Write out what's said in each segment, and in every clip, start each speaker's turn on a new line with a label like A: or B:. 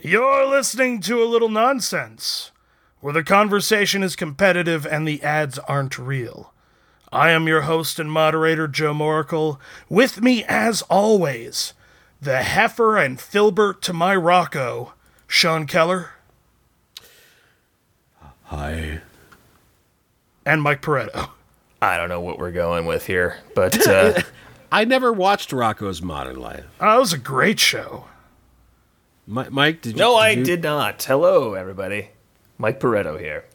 A: You're listening to a little nonsense, where the conversation is competitive and the ads aren't real. I am your host and moderator, Joe Moracle. With me, as always, the heifer and Filbert to my Rocco, Sean Keller,
B: Hi.
A: and Mike Pareto. Oh,
C: I don't know what we're going with here, but uh,
B: I never watched Rocco's Modern Life.
A: Oh, that was a great show.
B: Mi- Mike, did you?
C: no, I
B: you-
C: did not. Hello, everybody. Mike Pareto here.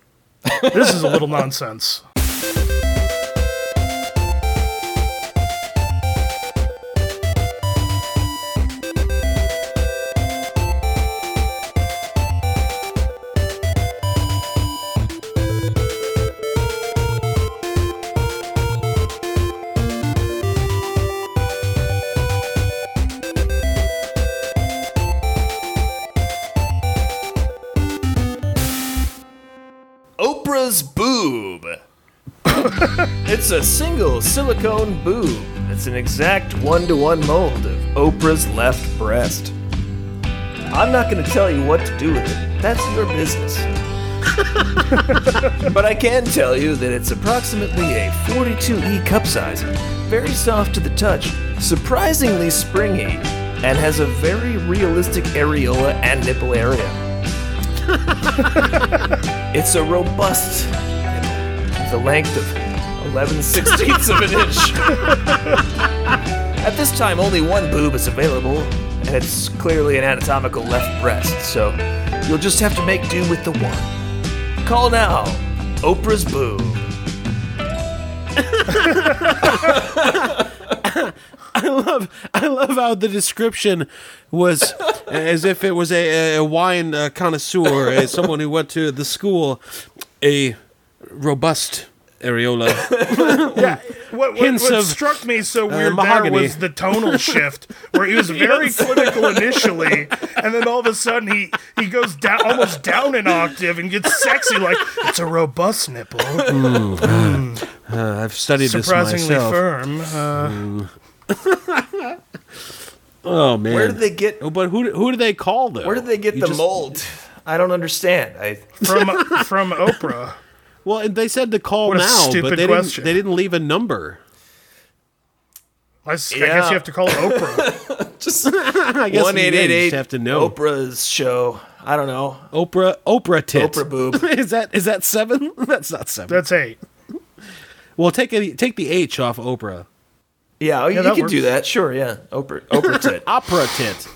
A: This is a little nonsense.
C: Oprah's boob. it's a single silicone boob. It's an exact one-to-one mold of Oprah's left breast. I'm not going to tell you what to do with it. That's your business. but I can tell you that it's approximately a 42E cup size, very soft to the touch, surprisingly springy, and has a very realistic areola and nipple area. It's a robust, with a length of 11 sixteenths of an inch. At this time, only one boob is available, and it's clearly an anatomical left breast, so you'll just have to make do with the one. Call now, Oprah's boob.
B: I love how the description was as if it was a, a wine uh, connoisseur, uh, someone who went to the school, a robust areola.
A: Yeah, what, what,
B: Hints
A: what
B: of, uh,
A: struck me so weird there
B: mahogany.
A: was the tonal shift, where he was very critical initially, and then all of a sudden he he goes down almost down an octave and gets sexy like it's a robust nipple,
B: Uh, I've studied this
A: surprisingly
B: myself.
A: firm. Uh,
B: Oh man.
C: Where did they get?
B: Oh, but who who do they call though?
C: Where did they get
B: You
C: the
B: just-
C: mold? I don't understand. I
A: from from Oprah.
B: Well, and they said to call
A: What a
B: now,
A: stupid
B: but they
A: question.
B: didn't. They didn't leave a number.
A: I, s- I guess
C: Yeah.
A: you have to call Oprah.
C: just
B: I guess
C: one
B: in
C: eight
B: the
C: eight
B: end, you just
C: eight.
B: have to know.
C: Oprah's show. I don't know.
B: Oprah Oprah tit.
C: Oprah boob.
B: is that is that seven? That's not seven.
A: That's eight.
B: well, take a, take the H off Oprah.
C: Yeah, oh, you,
A: that
C: you can do
A: works.
C: that. Sure, yeah. Oprah, Oprah tit.
B: Opera tit.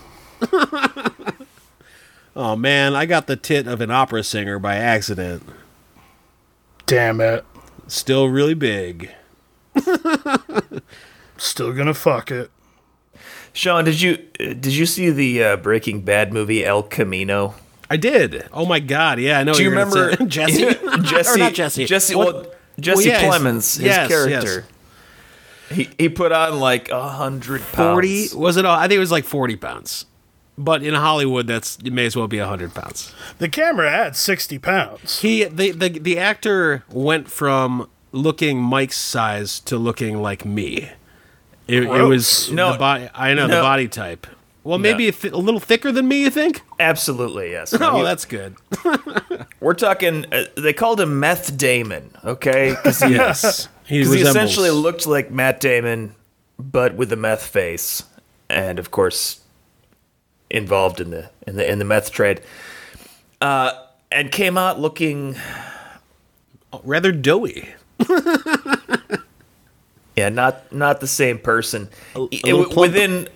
B: oh man, I got the tit of an opera singer by accident.
A: Damn it.
B: Still really big.
A: Still gonna fuck it.
C: Sean, did you uh, did you see the uh, Breaking Bad movie El Camino?
B: I did. Oh my god, yeah, I know.
C: Do you
B: you're gonna
C: remember
B: say- Jesse?
C: Jesse,
B: Or not Jesse.
C: Jesse.
B: What-
C: Well, Jesse
B: yeah, it's-
C: Plemons, his
B: yes,
C: character. He he put on like a hundred
B: Forty
C: pounds.
B: was it? All I think it was like forty pounds. But in Hollywood, that's it may as well be hundred pounds.
A: The camera adds sixty pounds.
B: He the, the the actor went from looking Mike's size to looking like me. It, it was
C: No.
B: the body. I know the
C: No.
B: body type. Well, maybe a, th- a little thicker than me. You think?
C: Absolutely yes.
B: Oh,
C: You-
B: that's good.
C: We're talking. Uh, they called him Meth Damon. Okay, because he,
B: Yes, he
C: 'cause he
B: resembles-
C: essentially looked like Matt Damon, but with a meth face, and of course, involved in the in the in the meth trade. Uh, and came out looking
B: rather doughy.
C: Yeah, not not the same person. It-
B: little plump.
C: within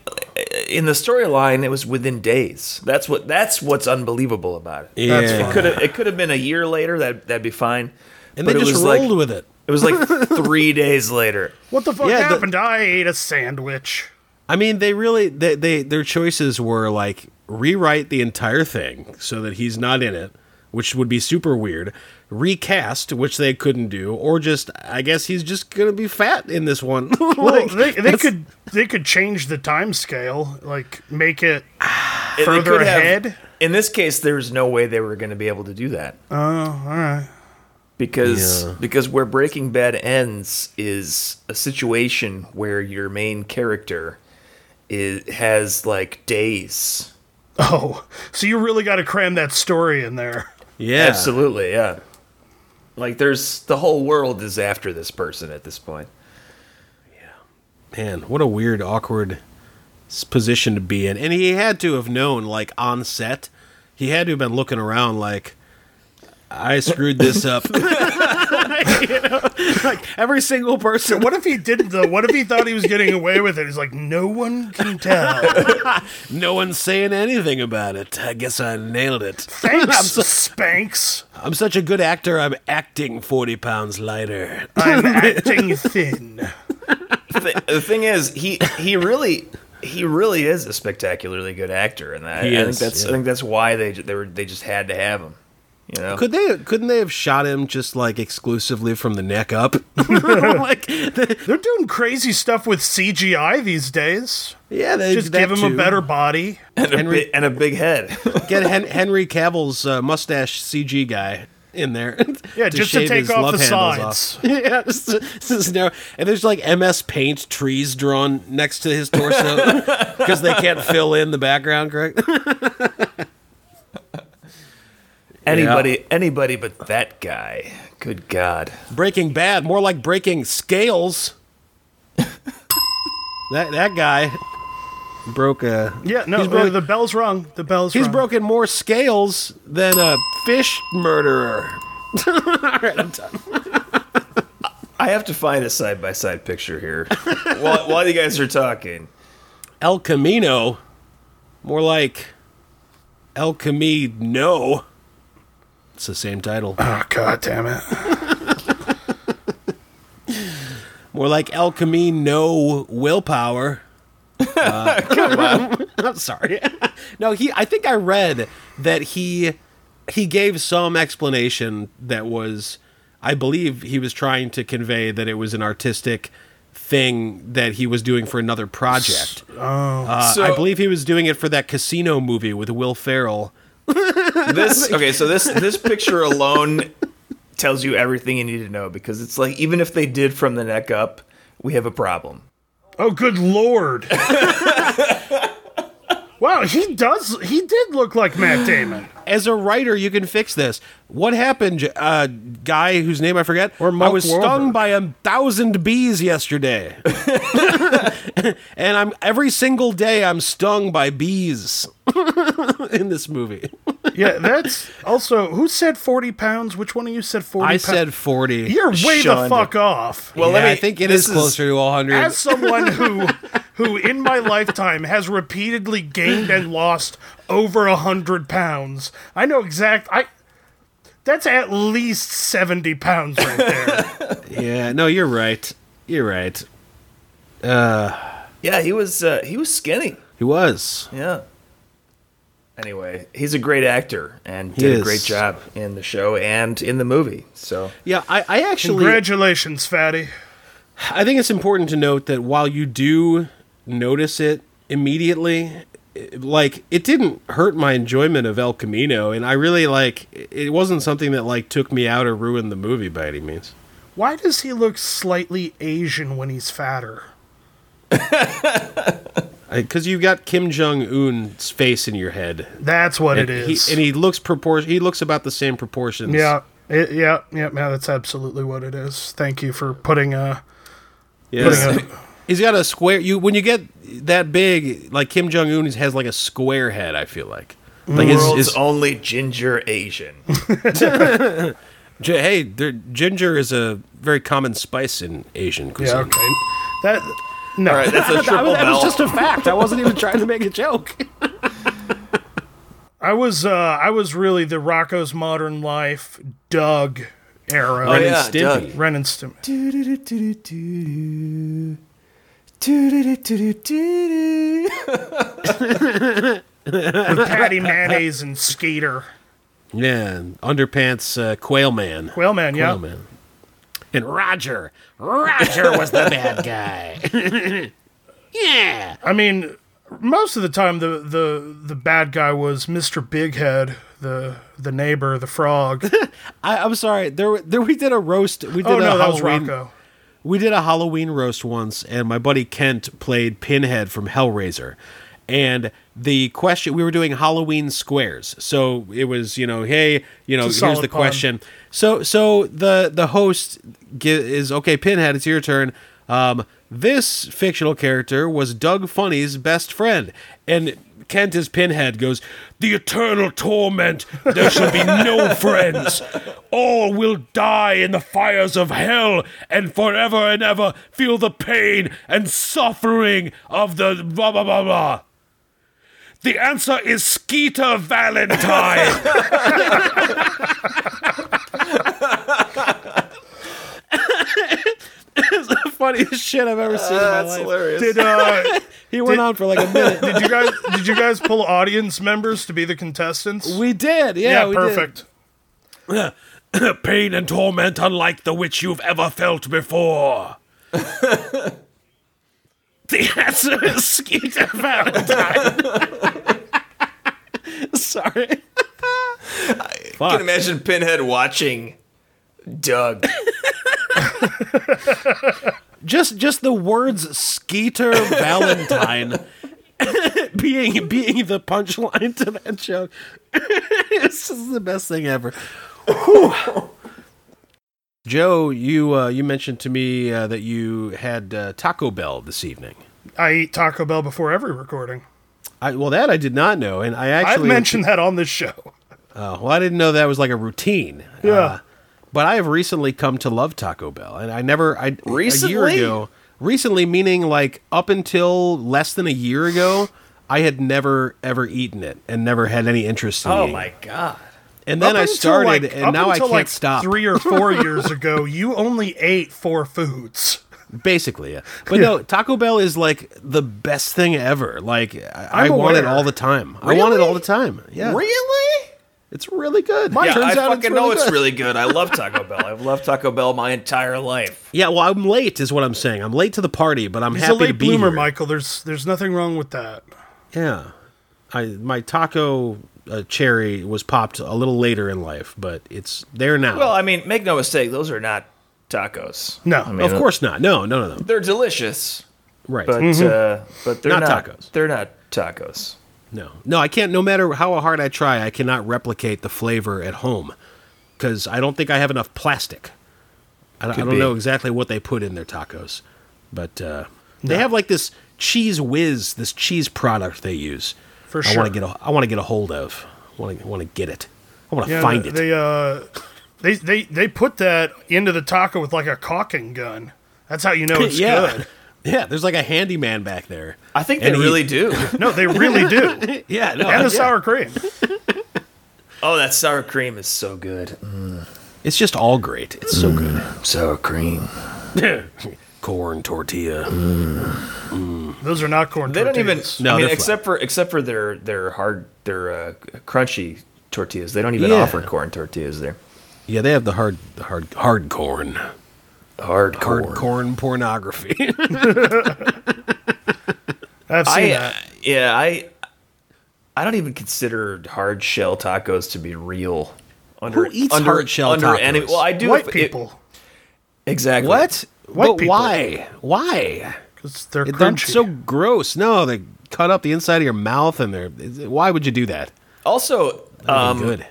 C: in the storyline, it was within days. That's what that's what's unbelievable about it.
B: That's
C: it
B: fine.
C: could have it could have been a year later. That that'd be fine.
B: and
C: but
B: they
C: it
B: just
C: was
B: rolled
C: like
B: with it.
C: it was like three days later.
A: What the fuck
B: Yeah, the-
A: happened? I ate a sandwich.
B: I mean, they really they, they their choices were like rewrite the entire thing so that he's not in it, which would be super weird. Recast, which they couldn't do, or just I guess he's just gonna be fat in this one.
A: Well,
B: Like,
A: they, they
B: that's-
A: could they could change the time scale, like make it
C: It- they
A: Further
C: could have-
A: ahead?
C: in this case, there was no way they were going to be able to do that. Oh, all right. Because
B: Yeah.
C: because where Breaking Bad ends is a situation where your main character is has like days
A: Oh, so you really got to cram that story in there.
B: Yeah.
C: Absolutely, yeah. Like there's the whole world is after this person at this point.
B: Man, what a weird, awkward s- position to be in. And he had to have known, like, on set, he had to have been looking around, like, I screwed this up. You know? Like, every single person.
A: What if he didn't though? What if he thought he was getting away with it? He's like, no one can tell.
B: No one's saying anything about it. I guess I nailed it.
A: Thanks, Spanks.
B: I'm such a good actor, I'm acting 40 pounds lighter.
A: I'm acting thin.
C: Th- the thing is, he he really he really is a spectacularly good actor, and I,
B: He
C: I think
B: is,
C: that's I
B: yeah.
C: think that's why they ju- they were they just had to have him. You know,
B: Could they? Couldn't they have shot him just like exclusively from the neck up? like, the,
A: They're doing crazy stuff with CGI these days.
B: yeah, they
A: Just
B: that
A: give him
B: too.
A: a better body.
C: and, a
B: Henry-
C: bi- and a big head.
B: Get Hen- Henry Cavill's uh, mustache CG guy in there.
A: Yeah, just to
B: shave
A: take
B: his
A: off
B: love
A: the
B: handles
A: sides.
B: off. yeah, this is- this is no- and there's like MS Paint trees drawn next to his torso because they can't fill in the background, correct?
C: Anybody anybody but that guy. Good God.
B: breaking Bad, more like Breaking Scales. that that guy broke a
A: Yeah, no, uh,
B: He's broke-
A: the bell's rung. The bell's
B: He's
A: rung.
B: broken more scales than a fish murderer.
C: I have to find a side by side picture here while, while you guys are talking.
B: El Camino, more like El Camino. It's the same title.
A: Oh, God damn it.
B: More like El Camino willpower. Uh, I'm sorry. no, he. I think I read that he he gave some explanation that was, I believe, he was trying to convey that it was an artistic thing that he was doing for another project. Uh, I
C: So-
B: believe he was doing it for that casino movie with Will Ferrell.
C: This okay, so this this picture alone tells you everything you need to know because it's like even if they did from the neck up, we have a problem.
A: Oh, good lord. wow, he does. He did look like Matt Damon.
B: As a writer, you can fix this. What happened, J- uh, guy whose name I forget? Or
A: Mark
B: I was
A: Wahlberg.
B: stung by a thousand bees yesterday, and I'm every single day I'm stung by bees in this movie.
A: Yeah, that's also. Who said 40 pounds? Which one of you said 40
B: I
A: pounds?
B: said forty.
A: You're way the
C: Shunned.
A: fuck off.
C: Well,
B: Yeah, I think it is
C: this
B: closer to 100.
A: As someone who, who in my lifetime has repeatedly gained and lost over a hundred pounds, I know exact. I. That's at least 70 pounds right there.
B: yeah, no, you're right. You're right.
C: Yeah, he was uh, he was skinny.
B: He was.
C: Yeah. Anyway, he's a great actor and
B: He
C: did
B: is.
C: a great job in the show and in the movie. So
B: Yeah, I, I actually.
A: Congratulations, fatty.
B: I think it's important to note that while you do notice it immediately, it- like it didn't hurt my enjoyment of El Camino, and I really like it wasn't something that like took me out or ruined the movie by any means.
A: Why does he look slightly Asian when he's fatter?
B: Because you've got Kim Jong Un's face in your head,
A: That's what it
B: he,
A: is.
B: and he looks proportion. He looks about the same proportions.
A: yeah, it, yeah, yeah, yeah. That's absolutely what it is. Thank you for putting a.
B: Yes.
A: Putting a
B: he's got a square. You when you get that big, like Kim Jong Un has like a square head. I feel like, like his-
C: world's
B: his-
C: only ginger Asian.
B: J- hey, there, ginger is a very common spice in Asian
A: yeah,
B: cuisine.
A: okay. That. No.
C: All right, that's a triple bell.
B: a fact. I wasn't even trying to make a joke.
A: I was uh I was really the Rocco's Modern Life Doug era.
B: Ren
A: Ren,
C: yeah,
B: and Stimpy.
A: Ren and Stimpy. With Patty Mayonnaise and Skeeter.
B: Yeah, and underpants uh, quail man.
A: Well, man, yeah.
B: Quail man. And Roger. Roger was the bad guy. yeah.
A: I mean, most of the time the the the bad guy was Mr. Big Head, the the neighbor, the frog.
B: I, I'm sorry. There, there. We did a roast. We did
A: Oh
B: a
A: no, that was
B: Halloween.
A: Rocco.
B: we did a Halloween roast once, and my buddy Kent played Pinhead from Hellraiser. And the question we were doing Halloween squares, so it was you know, hey, you know,
A: It's a
B: here's
A: solid
B: the
A: pun.
B: question. So so the the host gi- is okay. Pinhead, it's your turn. Um, this fictional character was Doug Funny's best friend, and Kent as Pinhead goes, "The eternal torment. There shall be no friends. All will die in the fires of hell, and forever and ever feel the pain and suffering of the blah blah blah blah." The answer is Skeeter Valentine. It's the funniest shit I've ever seen in my
C: That's
B: life.
C: hilarious.
A: Did uh,
B: He went on for like a minute.
A: did you guys did you guys pull audience members to be the contestants?
B: We did, yeah,
A: yeah,
B: we did.
A: perfect.
B: Pain and torment unlike the which you've ever felt before. the answer is Skeeter Valentine. Sorry.
C: I can imagine Pinhead watching Doug.
B: Just just the words Skeeter Valentine being being the punchline to that joke. this is the best thing ever. Whew. Joe, you uh, you mentioned to me uh, that you had uh, Taco Bell this evening.
A: I eat Taco Bell before every recording.
B: I, well, that I did not know, and I
A: I've
B: actually
A: mentioned that on this show.
B: Oh, well, I didn't know that was like a routine.
A: Yeah.
B: but I have recently come to love Taco Bell, and I never I a
C: Recently?
B: year ago. Recently, meaning like up until less than a year ago, I had never ever eaten it and never had any interest in
C: oh
B: eating
C: my
B: it.
C: god.
B: And then
A: Up
B: I
A: until,
B: started,
A: like-
B: and
A: up
B: now I
A: until,
B: can't
A: like
B: stop.
A: Three or four years ago, you only ate four foods.
B: Basically, yeah. but no, Taco Bell is like the best thing ever. Like I, I
A: I'm
B: want it
A: aware.
B: all the time. I want it
C: Really?
B: all the time. Yeah,
C: Really?
B: it's really good.
C: Yeah,
B: Turns
C: I
B: out
C: fucking know
B: good.
C: it's really good. I love Taco Bell. I've loved Taco Bell my entire life.
B: Yeah, well, I'm late, is what I'm saying. I'm late to the party, but I'm
A: He's
B: happy
A: a late
B: to be
A: bloomer,
B: here.
A: Michael. There's there's nothing wrong with that.
B: Yeah, I my taco uh, cherry was popped a little later in life, but it's there now.
C: Well, I mean, make no mistake, those are not tacos.
A: No,
C: I mean,
B: of course not. No, no, no, no.
C: they're delicious,
B: Right?
C: but uh, but they're
B: Not
C: not,
B: tacos.
C: They're not tacos.
B: no, no. I can't. No matter how hard I try, I cannot replicate the flavor at home because I don't think I have enough plastic. I, I don't
C: be.
B: know exactly what they put in their tacos, but uh, they have like this cheese whiz, this cheese product they use.
A: For
B: I want to
A: sure.
B: get a. I want to get a hold of. I want to want to get it. I want to
A: Yeah,
B: find
A: they,
B: it.
A: They uh, they they they put that into the taco with like a caulking gun. That's how you know it's
B: yeah.
A: good.
B: Yeah, there's like a handyman back there.
C: I think
B: And
C: they
B: he-
C: really do.
A: No, they really do.
B: Yeah, no,
A: And
B: yeah.
A: the sour cream.
C: oh, that sour cream is so good. Mm,
B: It's just all great. It's so good.
C: Sour cream.
B: Corn tortilla.
A: Those are not corn.
C: They don't even.
A: tortillas.
B: No,
C: I mean,
B: they're flat.
C: except for except for their their hard their uh, crunchy tortillas, they don't even
B: Yeah.
C: offer corn tortillas there.
B: Yeah, they have the hard, the hard, hard corn,
C: Hard
B: hard
C: corn.
B: corn pornography.
A: I've seen
C: I uh,
A: that.
C: yeah I I don't even consider hard shell tacos to be real. Under,
B: Who eats hard shell tacos?
C: Any, well, I do.
A: White
C: if- it-
A: people,
C: exactly.
B: what?
A: White
B: but
A: people.
B: why? Why?
A: 'cause they're
B: They're
A: crunchy.
B: so gross. No, they cut up the inside of your mouth, and they're. Why would you do that?
C: Also, um,
B: good.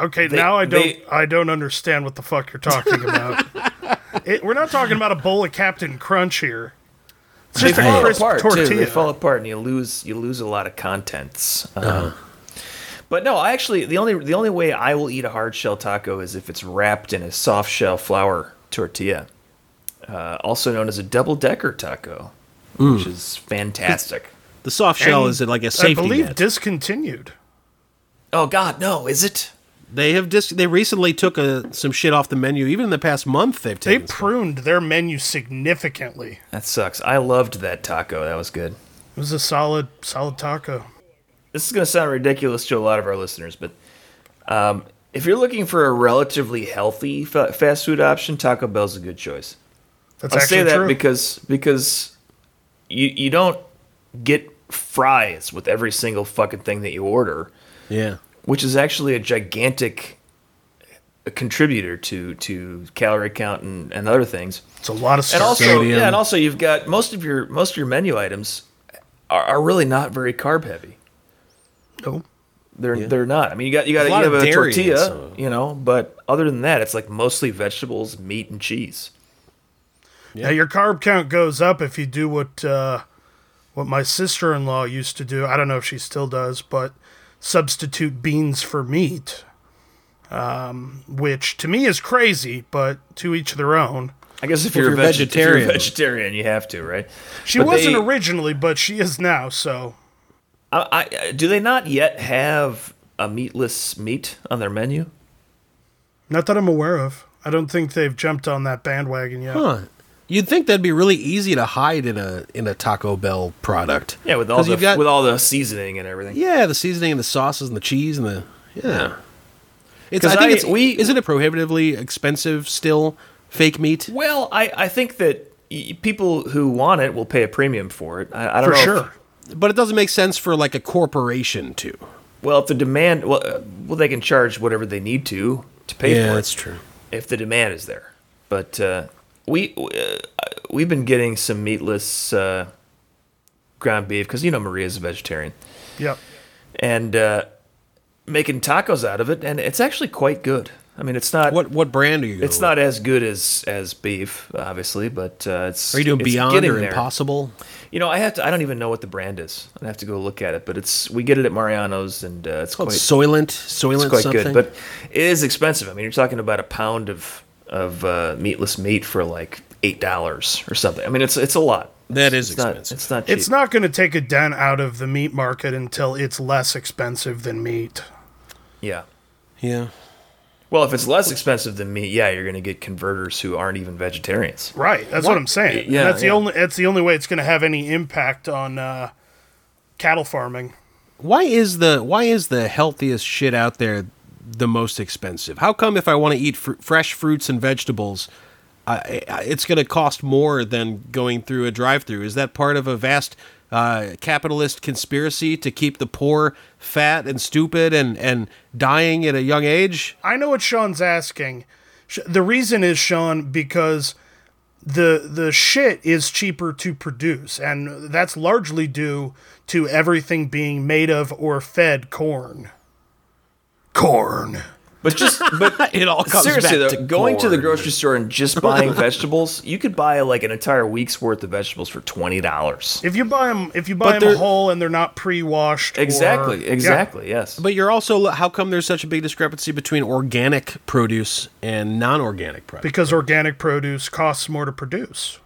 A: Okay, now I don't
C: they-
A: I don't understand what the fuck you're talking about. it, we're not talking about a bowl of Captain Crunch here. It's
C: they
A: just a
C: fall
A: crisp
C: apart
A: tortilla.
C: too. They fall apart, and you lose you lose a lot of contents. Um, But no, I actually the only the only way I will eat a hard shell taco is if it's wrapped in a soft shell flour tortilla, uh, also known as a double decker taco, which is fantastic.
B: The soft shell
A: And
B: is like a
A: I
B: safety
A: believe
B: net.
A: discontinued.
C: oh God, no, is it?
B: they have dis- They recently took a, some shit off the menu. Even in the past month, they've
A: They
B: taken. some.
A: pruned their menu significantly.
C: That sucks. I loved that taco. That was good.
A: It was a solid solid taco.
C: This is going to sound ridiculous to a lot of our listeners, but um, if you're looking for a relatively healthy fa- fast food option, Taco Bell's a good choice.
A: That's
C: I
A: actually
C: say that
A: true.
C: because because you you don't get fries with every single fucking thing that you order,
B: yeah.
C: which is actually a gigantic contributor to to calorie count and, and other things.
A: it's a lot of
C: And
A: stuff.
C: also,
B: Sodium.
C: yeah, and also you've got most of your most of your menu items are, are really not very carb heavy.
A: No.
C: They're they're not. I mean, you got you got
B: There's
C: you
B: a lot
C: have
B: of
C: a
B: dairy in
C: tortilla,
B: some of
C: you know, but other than that, it's like mostly vegetables, meat, and cheese.
A: Now your carb count goes up if you do what uh, what my sister in law used to do. I don't know if she still does, but substitute beans for meat, um, which to me is crazy, but to each their own.
C: I guess if
B: Well,
C: you're,
B: if you're
C: a vegeta- if you're a
B: vegetarian.
C: vegetarian, you have to, right?
A: She
C: But
A: wasn't
C: they-
A: originally, but she is now. So
C: I, I, do they not yet have a meatless meat on their menu?
A: not that I'm aware of. I don't think they've jumped on that bandwagon yet.
B: Huh. You'd think that'd be really easy to hide in a in a Taco Bell product.
C: Yeah, with all
B: 'Cause
C: the
B: you've got-
C: with all the seasoning and everything.
B: yeah the seasoning and the sauces and the cheese and the yeah. It's
C: 'Cause
B: I think
C: I-
B: it's
C: we-
B: isn't it prohibitively expensive still fake meat.
C: Well, I, I think that y- people who want it will pay a premium for it. I, I
A: For
C: don't know if-
A: sure.
B: But it doesn't make sense for like a corporation to.
C: well, if the demand, well, uh, well, they can charge whatever they need to to pay for it
B: true.
C: if the demand is there. But uh, we uh, we've been getting some meatless uh, ground beef because you know Maria's a vegetarian
A: Yep.
C: and uh, making tacos out of it, and it's actually quite good. I mean, it's not
B: What what brand are you?
C: it's
B: going
C: not as good as as beef, obviously, but uh, it's
B: with? Are you doing
C: it's
B: Beyond
C: getting
B: or
C: there.
B: Impossible?
C: You know, I have to. I don't even know what the brand is. I have to go look at it, but it's we get it at Mariano's, and uh, it's quite
B: Soylent, Soylent
C: it's quite
B: something.
C: good. But it is expensive. I mean, you're talking about a pound of of uh, meatless meat for like eight dollars or something. I mean, it's it's a lot.
B: that is
C: It's not.
B: expensive.
C: It's not cheap.
A: It's not going to take a dent out of the meat market until it's less expensive than meat.
C: Yeah.
B: yeah.
C: Well, if it's less expensive than meat, yeah, you're going to get converters who aren't even vegetarians.
A: Right. That's what, I'm saying.
C: Yeah,
A: and that's
C: yeah.
A: the only that's the only way it's going to have any impact on uh, cattle farming.
B: Why is the why is the healthiest shit out there the most expensive? How come if I want to eat fr- fresh fruits and vegetables, I, I, it's going to cost more than going through a drive-through? Is that part of a vast uh, capitalist conspiracy to keep the poor fat and stupid and and dying at a young age?
A: I know what Sean's asking. Sh- The reason is Sean because the the shit is cheaper to produce, and that's largely due to everything being made of or fed corn. Corn.
C: But just but
B: It all comes
C: Seriously
B: back
C: though,
B: to
C: going to the
B: corn.
C: grocery store and just buying vegetables, you could buy like an entire week's worth of vegetables for twenty dollars.
A: If you buy them, if you buy
B: But
A: them
B: they're-
A: whole and they're not pre-washed, or-
C: Exactly,
A: Yeah.
C: exactly, yes.
B: But you're also how come there's such a big discrepancy between organic produce and non-organic produce?
A: because organic produce costs more to produce.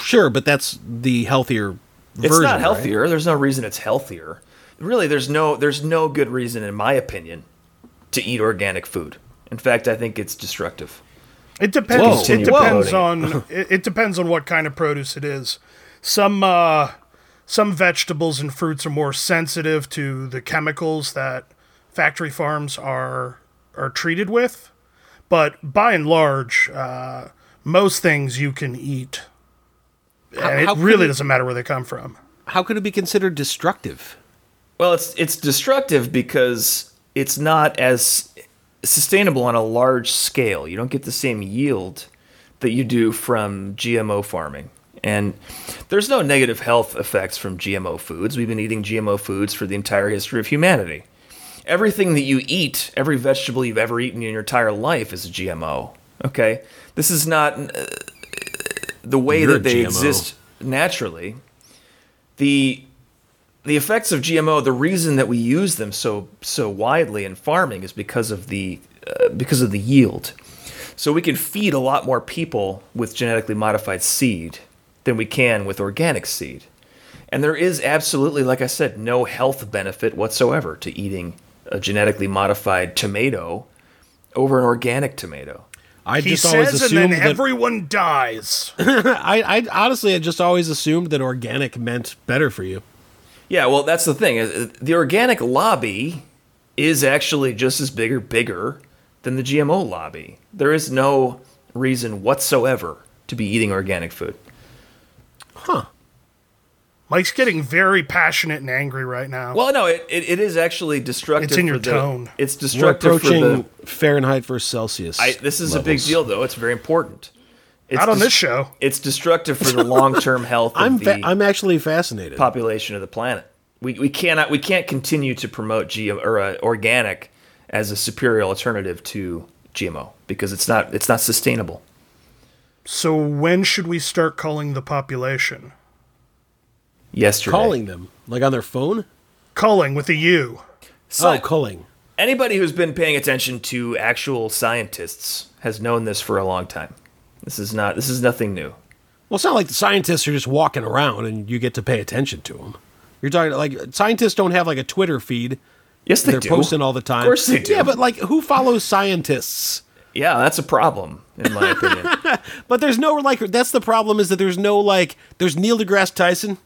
B: Sure, but that's the healthier version.
C: it's not
B: right?
C: healthier. There's no reason it's healthier. Really, there's no there's no good reason, in my opinion, to eat organic food. In fact, I think it's destructive.
A: It depends.
C: Whoa.
A: it depends
C: Whoa.
A: on it, it depends on what kind of produce it is. Some uh, some vegetables and fruits are more sensitive to the chemicals that factory farms are are treated with, but by and large, uh, most things you can eat, and
B: how
A: it
B: can
A: really
B: you-
A: doesn't matter where they come from.
B: How could it be considered destructive?
C: Well, it's it's destructive because it's not as sustainable on a large scale. You don't get the same yield that you do from GMO farming. And there's no negative health effects from GMO foods. We've been eating GMO foods for the entire history of humanity. Everything that you eat, every vegetable you've ever eaten in your entire life is a GMO. Okay? This is not uh, the way
B: You're a
C: that they
B: GMO.
C: exist naturally. The the effects of GMO, the reason that we use them so so widely in farming is because of the uh, because of the yield. So we can feed a lot more people with genetically modified seed than we can with organic seed. And there is absolutely, like I said, no health benefit whatsoever to eating a genetically modified tomato over an organic tomato.
B: I
A: He
B: just always
A: says, and
B: assumed
A: then
B: that
A: everyone dies.
B: I, I honestly I just always assumed that organic meant better for you.
C: Yeah, well, that's the thing. Uh, The organic lobby is actually just as big or bigger than the GMO lobby. There is no reason whatsoever to be eating organic food.
A: Mike's getting very passionate and angry right now.
C: Well, no, it, it, it is actually destructive.
A: It's in your
C: for the-
A: tone.
C: It's
B: We're
C: destructive for
B: approaching
C: the.
B: Fahrenheit versus Celsius.
C: I, this is a big
B: levels.
C: deal, though. It's very important. It's
A: Not on
C: des-
A: this show.
C: It's destructive for the long-term health of
B: I'm
C: the
B: fa- I'm actually fascinated.
C: population of the planet. We, we cannot we can't continue to promote GM or uh, organic as a superior alternative to GMO because it's not it's not sustainable.
A: So when should we start calling the population?
C: Yesterday,
B: calling them like on their phone.
A: Calling with a U.
C: So-
B: oh, calling.
C: anybody who's been paying attention to actual scientists has known this for a long time. This is not this is nothing new.
B: Well, it's not like the scientists are just walking around and you get to pay attention to them. You're talking like scientists don't have like a Twitter feed.
C: Yes, they
B: They're
C: do.
B: posting all the time.
C: Of course they do.
B: Yeah, but like who follows scientists?
C: yeah, that's a problem in my opinion.
B: But there's no like that's the problem is that there's no like there's Neil deGrasse Tyson,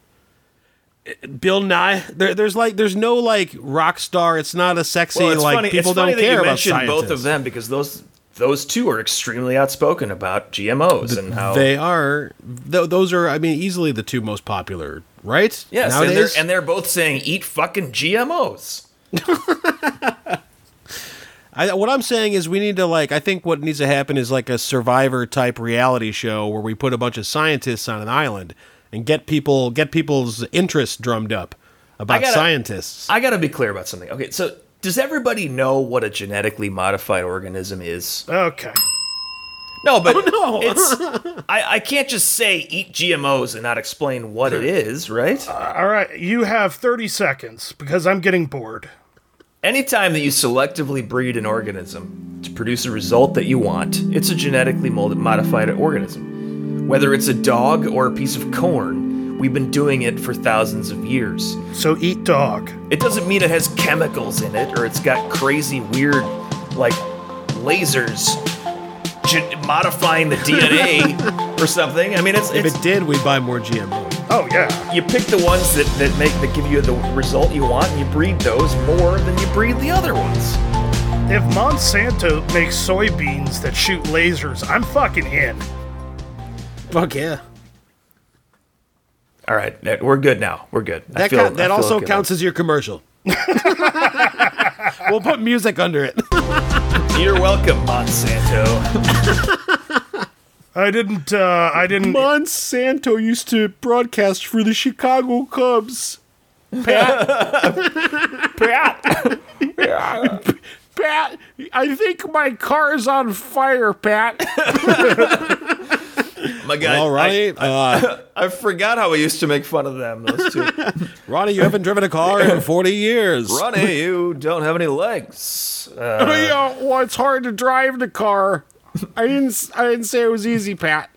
B: Bill Nye. There, there's like there's no like rock star. It's not a sexy
C: Well, it's
B: like
C: funny,
B: people
C: it's
B: don't
C: funny that
B: care
C: you
B: about
C: mentioned
B: scientists.
C: both of them because those those two are extremely outspoken about GMOs and how
B: They are th- those are I mean easily the two most popular, right?
C: yes, and they're
B: Nowadays?
C: and they're both saying eat fucking GMOs.
B: I, what I'm saying is, we need to like. I think what needs to happen is like a survivor type reality show where we put a bunch of scientists on an island and get people get people's interest drummed up about
C: gotta-
B: scientists.
C: I got to be clear about something. Okay, so does everybody know what a genetically modified organism is?
A: Okay.
C: No, but
B: Oh, no.
C: it's I, I can't just say eat GMOs and not explain what it is, right?
A: All right. You have 30 seconds because I'm getting bored.
C: Anytime that you selectively breed an organism to produce a result that you want, it's a genetically mold- modified organism. Whether it's a dog or a piece of corn, we've been doing it for thousands of years.
A: So eat dog.
C: It doesn't mean it has chemicals in it or it's got crazy, weird, like lasers gen- modifying the DNA or something. I mean, it's,
B: if
C: it's
B: it did, we'd buy more GMO.
A: Oh, yeah.
C: you pick the ones that, that make that give you the result you want, and you breed those more than you breed the other ones.
A: If Monsanto makes soybeans that shoot lasers, I'm fucking in.
B: Fuck yeah!
C: All right, that- we're good now. We're good. I
B: That
C: feel-
B: count-
C: I
B: that
C: feel
B: also
C: good.
B: counts as your commercial. we'll put music under it.
C: You're welcome, Monsanto.
A: I didn't, uh, I didn't.
B: Monsanto used to broadcast for the Chicago Cubs. Pat, I think my car is on fire, Pat.
C: My God,
B: All right, uh,
C: I, I forgot how I used to make fun of them. Those two.
B: Ronnie, you haven't driven a car in 40 years.
C: Ronnie, you don't have any legs. Uh,
B: Oh, Yeah, well, it's hard to drive the car. I didn't. I didn't say it was easy, Pat.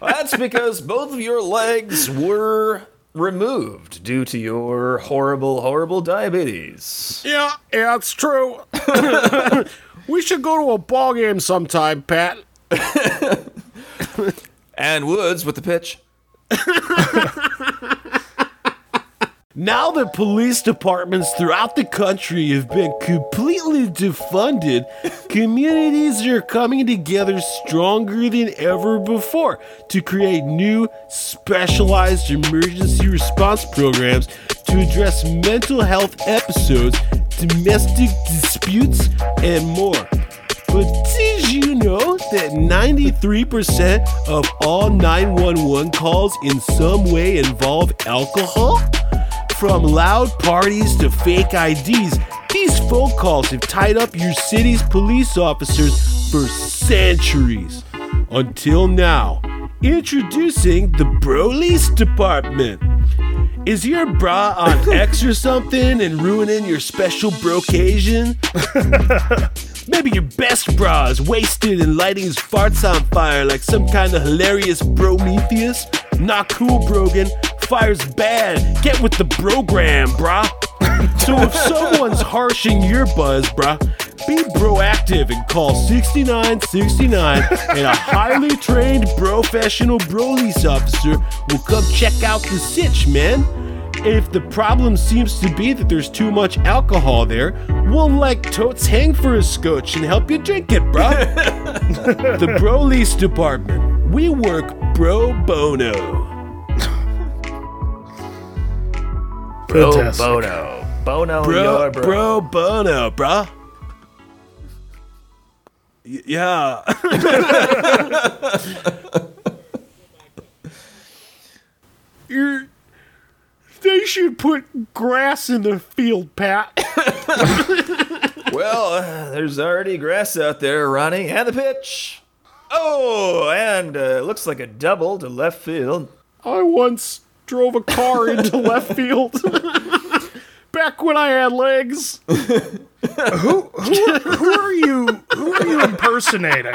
C: that's because both of your legs were removed due to your horrible, horrible diabetes.
B: Yeah, yeah, it's true. we should go to a ball game sometime, Pat.
C: And Woods with the pitch.
B: Now that police departments throughout the country have been completely defunded, communities are coming together stronger than ever before to create new specialized emergency response programs to address mental health episodes, domestic disputes, and more. But did you know that 93% of all 911 calls in some way involve alcohol? From loud parties to fake IDs, these phone calls have tied up your city's police officers for centuries. Until now, introducing the Police Department. Is your bra on X or something and ruining your special brocation? Maybe your best bra is wasted and lighting his farts on fire like some kind of hilarious Prometheus. Not cool, Brogan. Fire's bad. Get with the program, brah. so if someone's harshing your buzz, brah, be proactive and call 6969 and a highly trained professional police officer will come check out the sitch, man. If the problem seems to be that there's too much alcohol there, we'll like totes hang for a scotch and help you drink it, bro. the Brolease Department. We work pro bono.
C: Bro
A: Fantastic.
C: Bono. Bono,
B: Bro,
C: your bro.
B: pro bono, bruh. Y- yeah. You're, they should put grass in the field, Pat.
C: Well, uh, there's already grass out there, Ronnie. And the pitch. Oh, and uh, looks like a double to left field.
B: I once drove a car into left field back when I had legs.
A: Who are you? Who are you impersonating?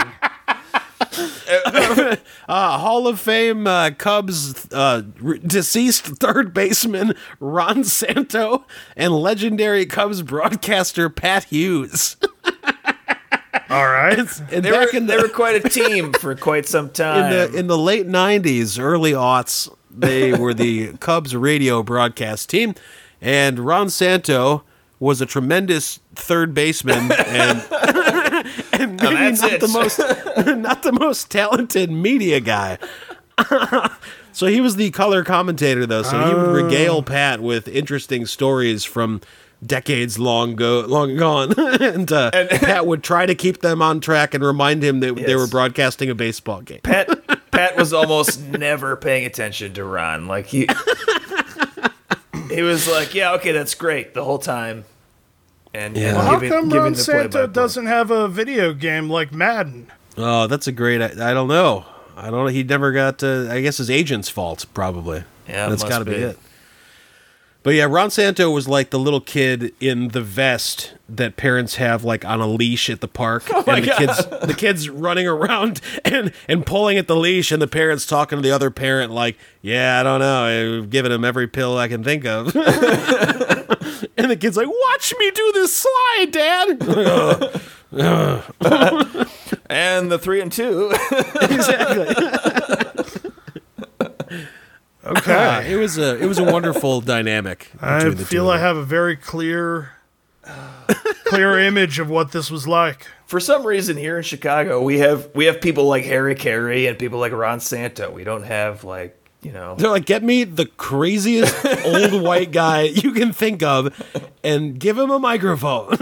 B: Uh, Hall of Fame uh, Cubs uh, re- deceased third baseman Ron Santo and legendary Cubs broadcaster Pat Hughes.
A: All right.
B: And
C: They were,
B: back in the
C: they were quite a team for quite some
B: in
C: time.
B: the in the late '90s, early aughts, they were the Cubs radio broadcast team, and Ron Santo was a tremendous third baseman and, and maybe
C: that's
B: not
C: it.
B: the most not the most talented media guy. so he was the color commentator though, so he would
C: Oh.
B: regale Pat with interesting stories from decades long go long gone and, uh, Pat would try to keep them on track and remind him that they
C: Yes.
B: were broadcasting a baseball game.
C: Pat Pat was almost never paying attention to Ron. Like he He was like, Yeah, okay, that's great the whole time. And, and
B: Yeah. Well,
A: How
C: giving,
A: come
C: giving
A: Ron
C: the
A: Santa
C: play-by-play.
A: doesn't have a video game like Madden?
B: Oh, that's a great. I, I don't know. I don't know. He never got. To, I guess his agent's fault probably.
C: Yeah, it
B: that's
C: must
B: gotta
C: be.
B: it. But yeah, Ron Santo was like the little kid in the vest that parents have like on a leash at the park,
C: Oh
B: and the kids the kids running around and and pulling at the leash, and the parents talking to the other parent like, "Yeah, I don't know. I've given him every pill I can think of." and the kid's like, "Watch me do this slide, Dad."
C: And the three and two.
B: exactly.
C: Ah,
B: Yeah,
A: Okay.
B: it was a it was a wonderful dynamic.
A: I
B: between the two
A: feel
B: of
A: I
B: them.
A: have a very clear, clear image of what this was like.
C: For some reason here in Chicago we have we have people like Harry Carey and people like Ron Santa. We don't have like you know
B: They're like, get me the craziest old white guy you can think of, and give him a microphone.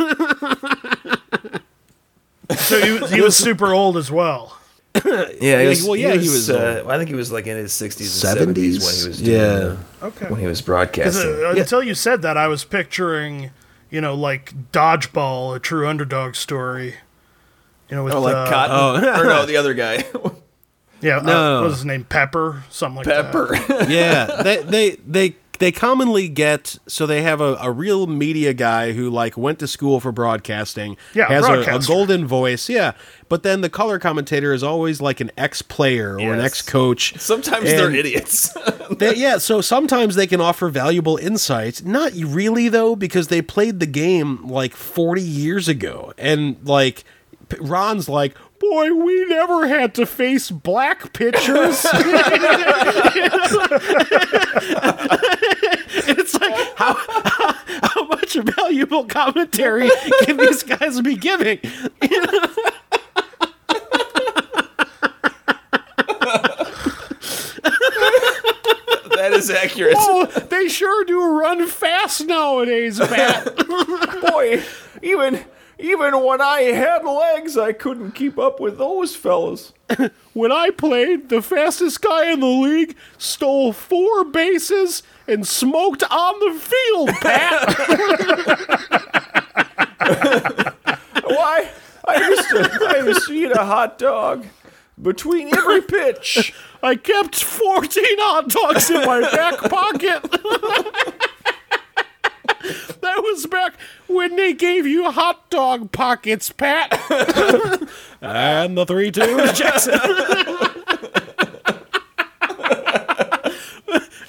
A: So he, was- he was super old as well.
C: Yeah, he
B: Yeah,
C: was,
B: well, yeah,
C: he
B: he was,
C: was, uh, I think he was like in his sixties and seventies when he was doing,
B: Yeah.
A: Okay.
C: when he was
A: 'Cause,
C: broadcasting.
A: uh, Until you said that, I was picturing, you know, like Dodgeball, a true underdog story. You know, with
C: Or
B: Oh,
C: Oh, like
A: uh,
C: Cotton, or no, the other guy,
A: yeah, uh,
B: No.
A: what was his name? Pepper, something like that.
C: Pepper.
B: yeah, they they they they commonly get so they have a, a real media guy who like went to school for broadcasting.
A: Yeah,
B: has a, a
A: broadcaster.
B: golden voice. Yeah, but then the color commentator is always like an ex player or an
C: Yes.
B: ex coach.
C: Sometimes they're
B: And-
C: idiots.
B: They- yeah, so sometimes they can offer valuable insights. Not really, though, because they played the game like 40 years ago. And, like, P- Ron's like, boy, we never had to face black pitchers. it's like, how, how, how much valuable commentary can these guys be giving?
C: that is accurate.
B: Oh, they sure do run fast nowadays, Matt.
C: Oh, boy, even even when I had legs, I couldn't keep up with those fellas.
B: When I played, the fastest guy in the league stole four bases and smoked on the field, Pat.
C: Why? I used to I used to eat a hot dog between every pitch.
B: I kept 14 hot dogs in my back pocket. that was back when they gave you hot dog pockets, Pat. and the 3 2 is Jackson.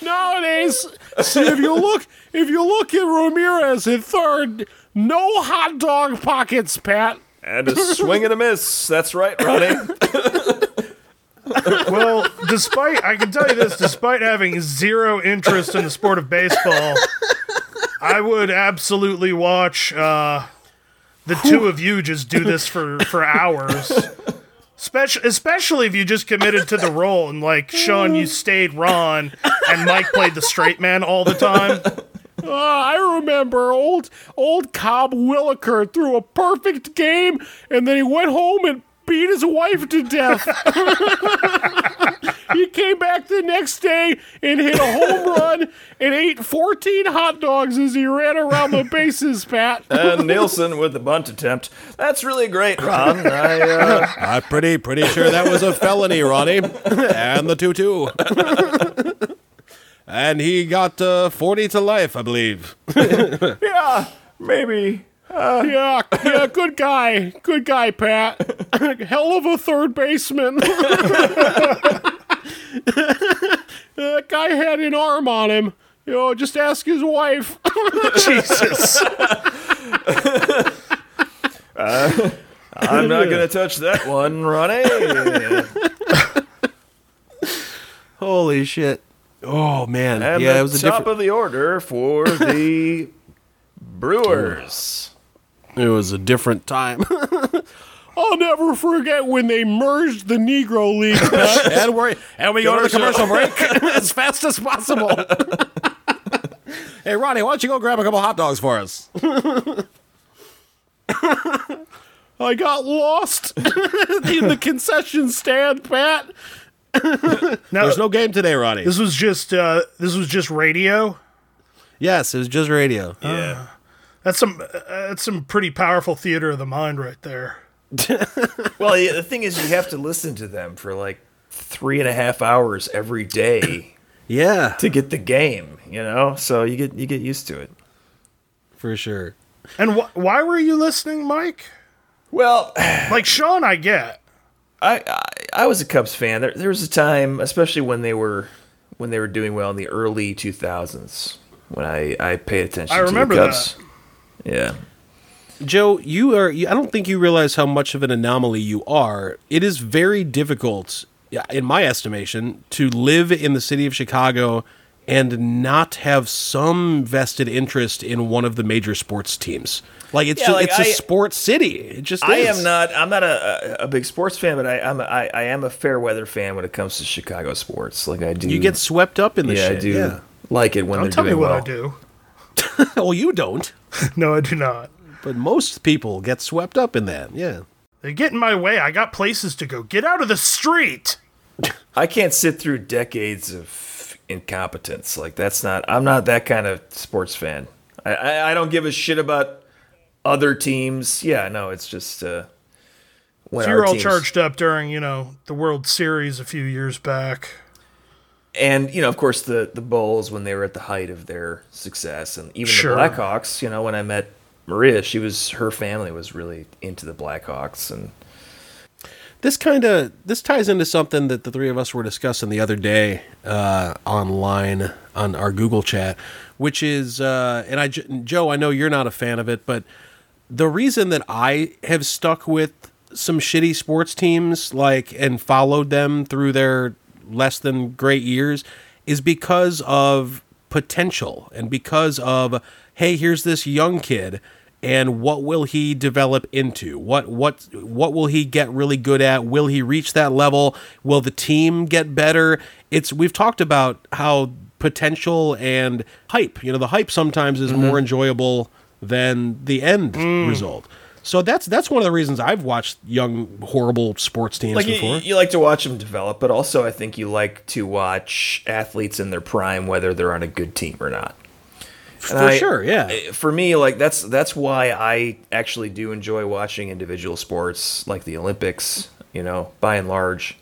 B: Nowadays, see if you look if you look at Ramirez at third, no hot dog pockets, Pat.
C: And a swing and a miss. That's right, Ronnie.
A: Well, despite I can tell you this, despite having zero interest in the sport of baseball, I would absolutely watch uh, the two of you just do this for for hours. Especially, especially if you just committed to the role and like Sean, you stayed Ron, and Mike played the straight man all the time.
B: Uh, I remember old old Cobb Williker threw a perfect game, and then he went home and beat his wife to death. he came back the next day and hit a home run and ate 14 hot dogs as he ran around the bases, Pat.
C: And Nielsen with the bunt attempt. That's really great, Ron. I, uh,
B: I'm pretty, pretty sure that was a felony, Ronnie. And the 2 2. And he got uh, 40 to life, I believe.
C: yeah, maybe.
B: Yeah, yeah, good guy. Good guy, Pat. Hell of a third baseman. that guy had an arm on him. You know, just ask his wife.
A: Jesus.
C: I'm not going to touch that one, Ronnie. Holy shit.
B: Oh, man.
C: And
B: yeah,
C: the
B: it was a
C: top
B: different.
C: of the order for the Brewers.
B: It was a different time. I'll never forget when they merged the Negro League. and, we're, and we go to the commercial
C: Commercial.
B: break as fast as possible. hey, Ronnie, why don't you go grab a couple hot dogs for us? I got lost in the concession stand, Pat.
A: Now,
B: There's no game today, Ronnie.
A: this was just uh, this was just radio.
B: Yes, it was just radio.
C: Yeah.
A: That's some uh, that's some pretty powerful theater of the mind right there.
C: Well, yeah, the thing is, you have to listen to them for like three and a half hours every day
B: Yeah,
C: to get the game. You know, so you get you get used to it.
B: for sure.
A: And wh- why were you listening, Mike?
C: Well,
A: Like Sean, I get.
C: I, I I was a Cubs fan. There there was a time, especially when they were when they were doing well in the early 2000s, when I I paid attention.
A: I remember
C: to the Cubs. Yeah.
B: Joe, you are. you- I don't think you realize how much of an anomaly you are. It is very difficult, yeah, in my estimation, to live in the city of Chicago and not have some vested interest in one of the major sports teams. Like it's
C: Yeah,
B: just,
C: like,
B: it's a
C: I-
B: sports city. It just
C: I
B: is.
C: am not. I'm not a, a a big sports fan, but I I'm a, I, I am a fair weather fan when it comes to Chicago sports. Like I do.
B: You get swept up in the
C: yeah,
B: shit.
C: I do
B: Yeah.
C: like it when
A: Don't
C: they're
A: tell me
C: doing
A: what
C: well.
A: I do.
B: Well, you don't,
A: No, I do not.
B: but most people get swept up in that. Yeah.
A: They get in my way. I got places to go. Get out of the street.
C: I can't sit through decades of incompetence. Like that's not. I'm not that kind of sports fan. I I, I don't give a shit about other teams. Yeah, no, it's just. Uh, when
A: So you were
C: our
A: all
C: teams-
A: charged up during, you know, the World Series a few years back.
C: and you know, of course, the the Bulls when they were at the height of their success, and even
A: Sure.
C: the Blackhawks. You know, when I met Maria, she was her family was really into the Blackhawks, and
B: this kind of this ties into something that the three of us were discussing the other day uh, online on our Google chat, which is uh, and I j- Joe, I know you're not a fan of it, but the reason that I have stuck with some shitty sports teams like and followed them through their less than great years is because of potential and because of hey here's this young kid and what will he develop into what what what will he get really good at will he reach that level will the team get better it's we've talked about how potential and hype you know the hype sometimes is more enjoyable than the end result so that's that's one of the reasons I've watched young horrible sports teams
C: like
B: before.
C: you, you like to watch them develop, but also I think you like to watch athletes in their prime, whether they're on a good team or not.
B: for
C: I-
B: sure, yeah.
C: Uh, For me, like that's that's why I actually do enjoy watching individual sports, like the Olympics. You know, by and large,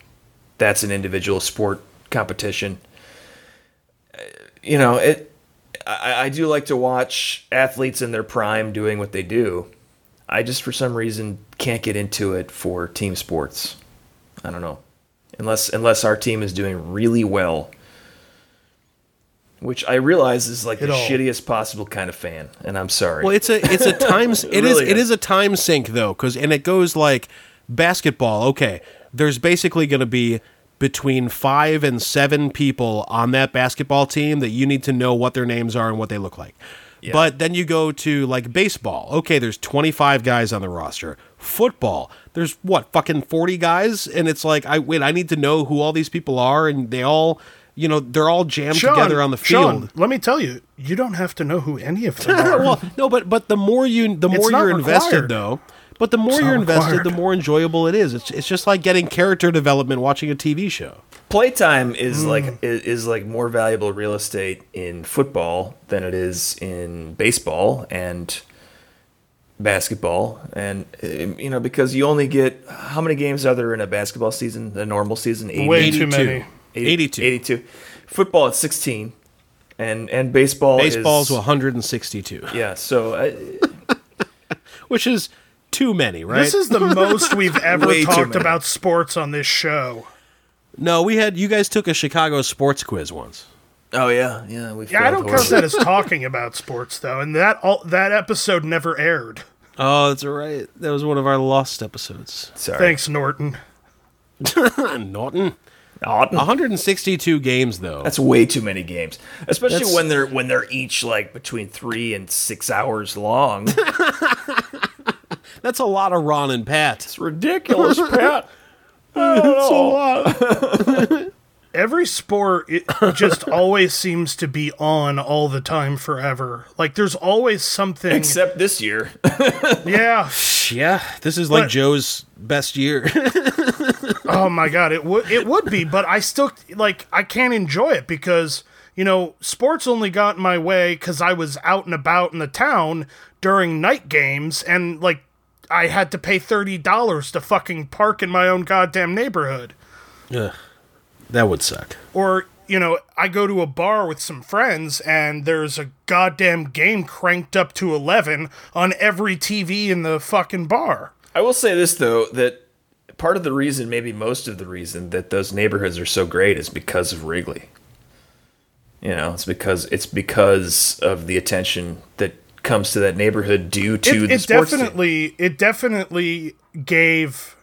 C: that's an individual sport competition. Uh, You know, it. I, I do like to watch athletes in their prime doing what they do. I just, for some reason, can't get into it for team sports. I don't know, unless unless our team is doing really well, which I realize is like the
A: all.
C: shittiest possible kind of fan, and I'm sorry.
B: Well, it's a it's a time it is
C: really
B: it
C: is.
B: is a time sink though cuz and it goes like basketball. Okay, there's basically going to be between 5 and 7 people on that basketball team that you need to know what their names are and what they look like. But then you go to like baseball. Okay, there's 25 guys on the roster. Football, there's what fucking 40 guys and it's like I wait, I need to know who all these people are and they all you know, they're all jammed
A: Sean,
B: together on the field.
A: Sean, let me tell you, you don't have to know who any of them are.
B: well, no, but but the more you the more
A: not
B: you're invested
A: required.
B: though, But the more
A: not
B: you're invested,
A: required.
B: the more enjoyable it is. It's it's just like getting character development watching a TV show.
C: Playtime
A: Hmm.
C: is like i- is, like more valuable real estate in football than it is in baseball and basketball and uh, you know because you only get how many games are there in a basketball season the normal season 80
A: Way too many.
B: 82.
C: 82 football at 16 and and baseball
B: Baseball's
C: is,
B: 162,
C: yeah so I,
B: which is too many, right?
A: This is the most we've ever
C: Way too
A: talked
C: many.
A: about sports on this show.
B: no, we had you guys took a Chicago sports quiz once.
C: oh yeah yeah we
A: Yeah, I
C: failed
A: don't count
C: horribly.
A: that as talking about sports though, and that all, that episode never aired.
B: Oh, that's right. That was one of our lost episodes.
C: sorry
A: Thanks, Norton.
B: Ah, Norton.
C: Auden.
B: 162 games though.
C: That's way too many games, especially
B: That's-
C: when they're when they're each like between three and six hours long. It's
B: That's a lot of Ron and Pat.
C: ridiculous, Pat.
B: That's a
A: Oh.
B: lot.
A: Every sport it just always seems to be on all the time forever. Like there's always something.
C: Except this year,
A: yeah.
B: Yeah, this is like
A: But-
B: Joe's best year.
A: Oh my god, it would it would be, but I still like I can't enjoy it because you know sports only got in my way because I was out and about in the town during night games and like I had to pay thirty dollars to fucking park in my own goddamn neighborhood
B: that would suck.
A: or you know I go to a bar with some friends and there's a goddamn game cranked up to eleven on every TV in the fucking bar.
C: I will say this though that part of the reason, maybe most of the reason, that those neighborhoods are so great is because of Wrigley. You know, it's because it's because of the attention that comes to that neighborhood due to
A: it,
C: the
A: it
C: sports. team.
A: definitely it definitely gave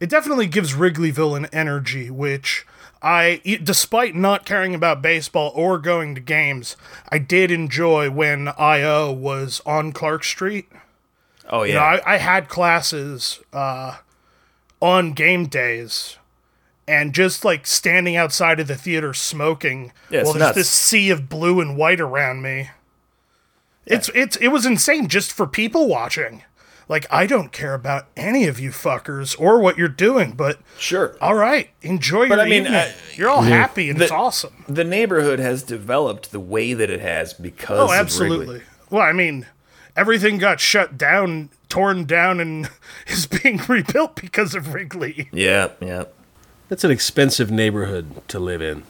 A: it definitely gives Wrigleyville an energy which I e- despite not caring about baseball or going to games I did enjoy when IO was on Clark Street
C: Oh yeah,
A: you know, I, I had classes uh, on game days and just like standing outside of the theater smoking
C: Yeah, it's
A: while there's
C: nuts.
A: this sea of blue and white around me. It's it's it was insane just for people watching. Like I don't care about any of you fuckers or what you're doing, but
C: sure.
A: all right, enjoy your
C: I mean,
A: evening.
C: I-
A: you're all happy and it's awesome.
C: The neighborhood has developed the way that it has because
A: Oh,
C: of
A: absolutely.
C: Wrigley.
A: Well, I mean, everything got shut down, torn down, and is being rebuilt because of Wrigley.
C: Yeah, yeah.
B: That's an expensive neighborhood to live in.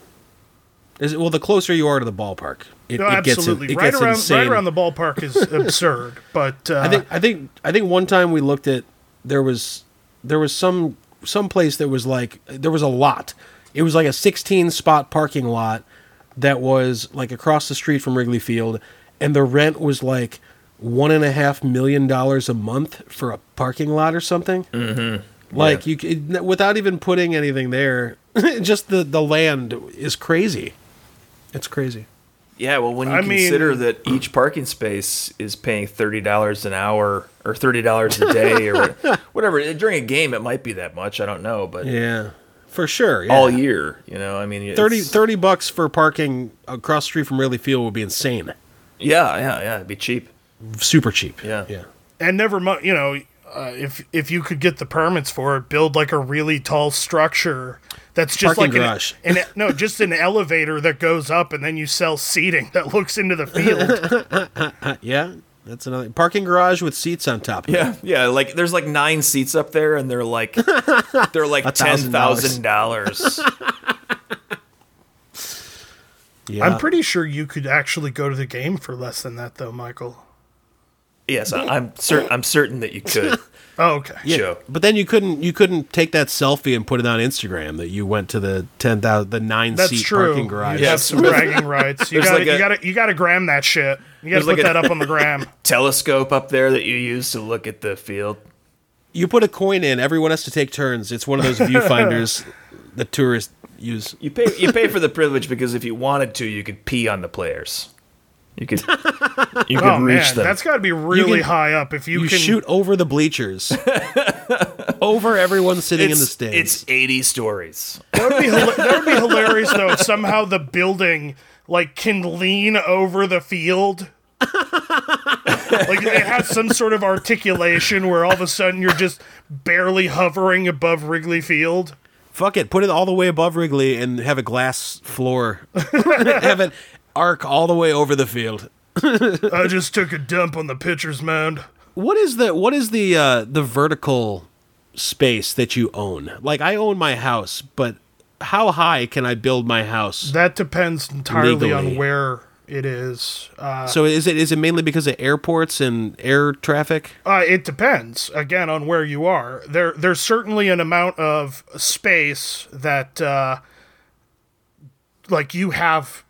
B: Is it, well, the closer you are to the ballpark, it,
A: No,
B: it gets in-
A: absolutely.
B: it
A: right
B: gets
A: around
B: insane.
A: right around the ballpark is absurd, but uh,
B: I think I think I think one time we looked at there was there was some some place that was like there was a lot. It was like a 16 spot parking lot that was like across the street from Wrigley Field, and the rent was like one and a half million dollars a month for a parking lot or something. Mm-hmm. Like you c- it- without even putting anything there, just the the land is crazy. It's crazy.
C: Yeah, well, when you
A: I mean-
C: consider that each parking space is paying thirty dollars an hour or thirty dollars a day or whatever during a game, it might be that much. I don't know, but
B: Yeah, Oh, for sure. yeah.
C: all year, you know, I mean, it's-
B: 30, 30 bucks for parking across the street from Wrigley Field would be insane.
C: Yeah, yeah, yeah. It'd be cheap.
B: Super cheap.
C: Yeah.
B: Yeah.
A: and never mind. You know, uh, if if you could get the permits for it, build like a really tall structure that's just
B: Parking
A: like
B: garage.
A: An, an no, just an elevator that goes up, and then you sell seating that looks into the field.
B: Yeah. That's another parking garage with seats on top. of it.
C: Yeah, yeah. Like there's like nine seats up there, and they're like they're like ten
B: thousand dollars.
C: thousand dollars.
B: Yeah.
A: I'm pretty sure you could actually go to the game for less than that, though, Michael.
C: Yes, I, I'm certain. I'm certain that you could.
A: Oh, okay.
B: Yeah.
C: Joe.
B: But then you couldn't you couldn't take that selfie and put it on Instagram that you went to the ten thousand the nine
A: That's
B: seat
A: true.
B: parking garage.
A: You have some bragging rights. You
C: There's
A: gotta,
C: like
A: you
C: a-
A: gotta, you gotta gram that shit. You gotta
C: There's
A: put
C: like a-
A: that up on the gram.
C: Telescope up there that you use to look at the field.
B: You put a coin in, everyone has to take turns. It's one of those viewfinders that tourists use.
C: You pay you pay for the privilege because if you wanted to, you could pee on the players. You could you could
A: Oh
C: reach
A: man,
C: them.
A: that's got to be really
B: can-
A: high up if you,
B: You
A: can
B: shoot over the bleachers. over everyone sitting in the
C: it's,
B: stands.
C: it's eighty stories.
A: That would be hila- that would be hilarious though. If somehow the building like can lean over the field like it has some sort of articulation where all of a sudden you're just barely hovering above Wrigley Field.
B: Fuck it, put it all the way above Wrigley and have a glass floor. have it arc all the way over the field.
A: I just took a dump on the pitcher's mound.
B: What is the what is the uh, the vertical space that you own? Like I own my house, but how high can I build my house?
A: That depends entirely on
B: Legally.
A: where it is. Uh,
B: So is it is it mainly because of airports and air traffic?
A: uh, it depends again on where you are. There, there's certainly an amount of space that, uh, like, you have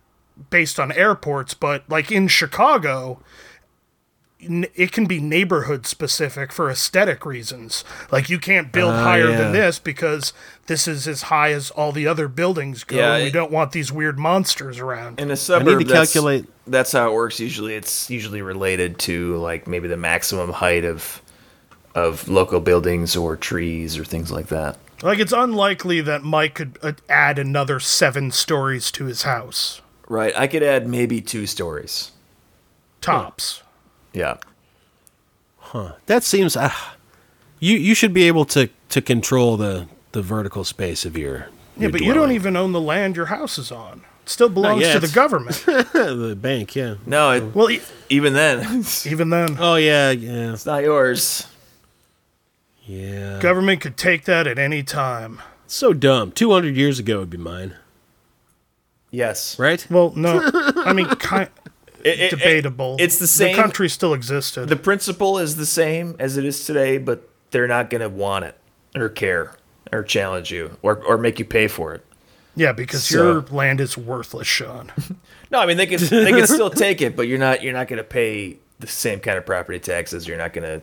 A: based on airports, but like in Chicago. n- It can be neighborhood specific for aesthetic reasons. Like you can't build
C: Ah,
A: higher than
B: yeah.
A: this because this is as high as all the other buildings go.
C: Yeah,
A: and we
C: it-
A: don't want these weird monsters around.
C: In a suburb, that's-
B: calculate-
C: That's, how it works. Usually, it's usually related to like maybe the maximum height of of local buildings or trees or things like that.
A: Like it's unlikely that Mike could uh, add another seven stories to his house,
C: Right. I could add maybe two stories.
A: tops.
C: Yeah.
B: That seems uh, you you should be able to to control the the vertical space of your
A: Yeah, but you don't e- even own the land your house is on. It still belongs to
B: yet.
A: the government.
B: even the bank, yeah.
C: No. It,
A: well, e-
C: even then, it's
A: even then,
B: Oh yeah, yeah,
C: not yours.
B: yeah.
A: government could take that at any time.
B: so dumb. Two hundred years ago would be mine,
C: Yes.
B: right?
A: Well, no, I mean, kind
C: It- it-
A: debatable.
C: it- it's the same.
A: The country still existed.
C: the principle is the same as it is today, but they're not going to want it or care or challenge you or or make you pay for it.
A: yeah, because
C: So-
A: your land is worthless, Sean.
C: No, I mean they could they could still take it, but you're not you're not going to pay the same kind of property taxes. You're not going to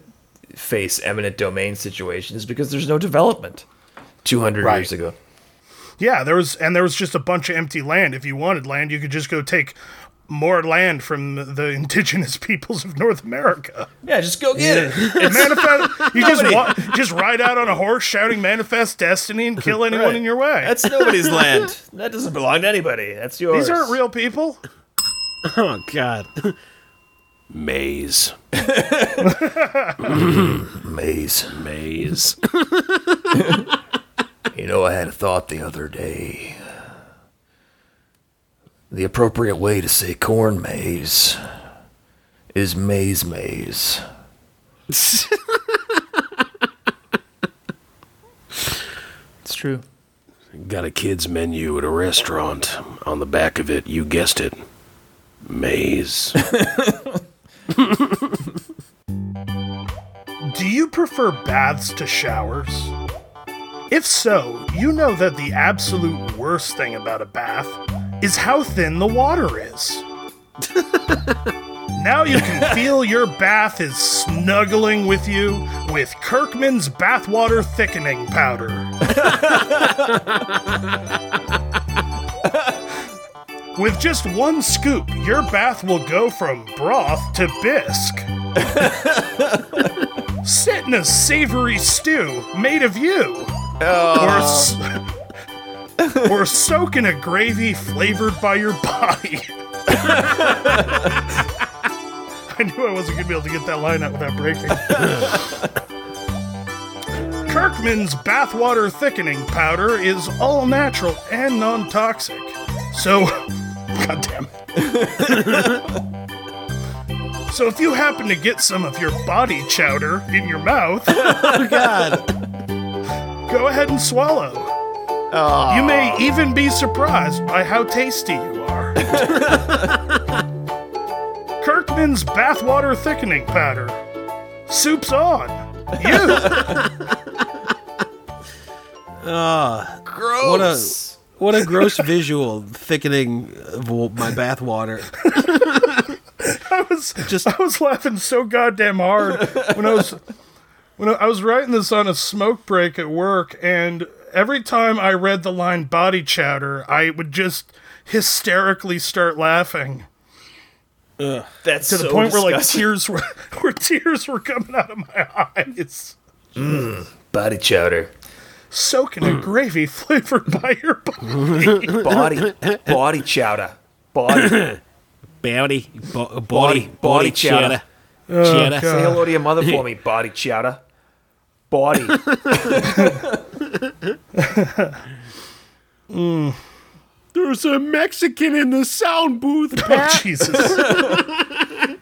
C: face eminent domain situations because there's no development. Two hundred
A: Right.
C: years ago,
A: Yeah, there was, and there was just a bunch of empty land. If you wanted land, you could just go take more land from the indigenous peoples of North America.
C: yeah, just go get it.
A: manifest. You just wa- just ride out on a horse shouting "Manifest Destiny" and kill anyone
C: Right.
A: in your way.
C: That's nobody's land. That doesn't belong to anybody. That's yours.
A: These aren't real people.
B: Oh God, maze,
C: maze.
B: maze.
C: You know, I had a thought the other day. The appropriate way to say corn maze is maze maze. It's true.
B: Got a kids menu at a restaurant. On the back of it, you guessed it, maze.
A: Do you prefer baths to showers? If so, you know that the absolute worst thing about a bath is how thin the water is. now you can feel your bath is snuggling with you with Kirkman's bathwater thickening powder. With just one scoop, your bath will go from broth to bisque. Sit in a savory stew made of you. Or, s- or soak in a gravy flavored by your body. I knew I wasn't going to be able to get that line out without breaking. Kirkman's bathwater thickening powder is all natural and non toxic. So, goddamn. so, if you happen to get some of your body chowder in your mouth,
B: God,
A: go ahead and swallow. You may even be surprised by how tasty you are. Kirkman's bathwater thickening powder. Soup's on. You.
C: Gross.
B: what a what a gross visual thickening of my bathwater.
A: I was
B: Just-
A: I was laughing so goddamn hard when I was when I, I was writing this on a smoke break at work, and every time I read the line "body chowder," I would just hysterically start laughing
C: That's
A: to the point where like tears were where tears were coming out of my eyes.
C: body chowder,
A: Soaking a gravy flavored by your body.
C: body, body chowder, body,
B: Body, bo- body, Oh,
C: Body- body
B: Chowder.
C: chowder.
A: God.
C: Say hello to your mother for me, body chowder. Body.
B: There's a Mexican in the sound booth.
A: Oh, Jesus.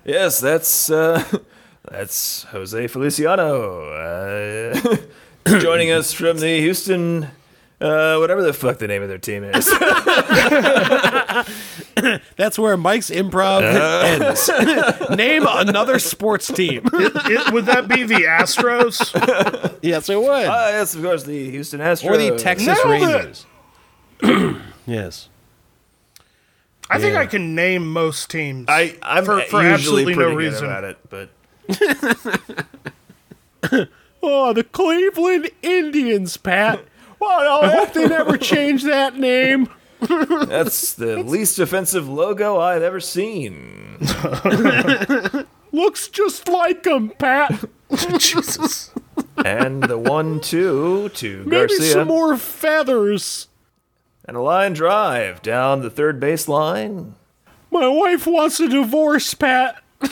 C: yes, that's uh, that's Jose Feliciano uh, joining us from the Houston, uh, whatever the fuck the name of their team is.
B: That's where Mike's improv
C: uh,
B: ends. Name another sports team.
A: It- would that be the Astros?
B: yes, it would.
C: Ah, yes, of course, the Houston Astros.
B: or the Texas
A: Nailed it.
B: Rangers. yes.
A: I think
B: Yeah.
A: I can name most teams.
C: I, I'm
A: For- for
C: usually
A: absolutely no
C: pretty good
A: reason.
C: about it, but
B: Oh, the Cleveland Indians, Pat. Well, I hope they never change that name.
C: that's the least offensive logo I've ever seen.
B: Looks just like them, Pat.
A: Jesus.
C: And the one-two to Garcia.
B: more feathers.
C: and a line drive down the third base line.
B: My wife wants a divorce, Pat.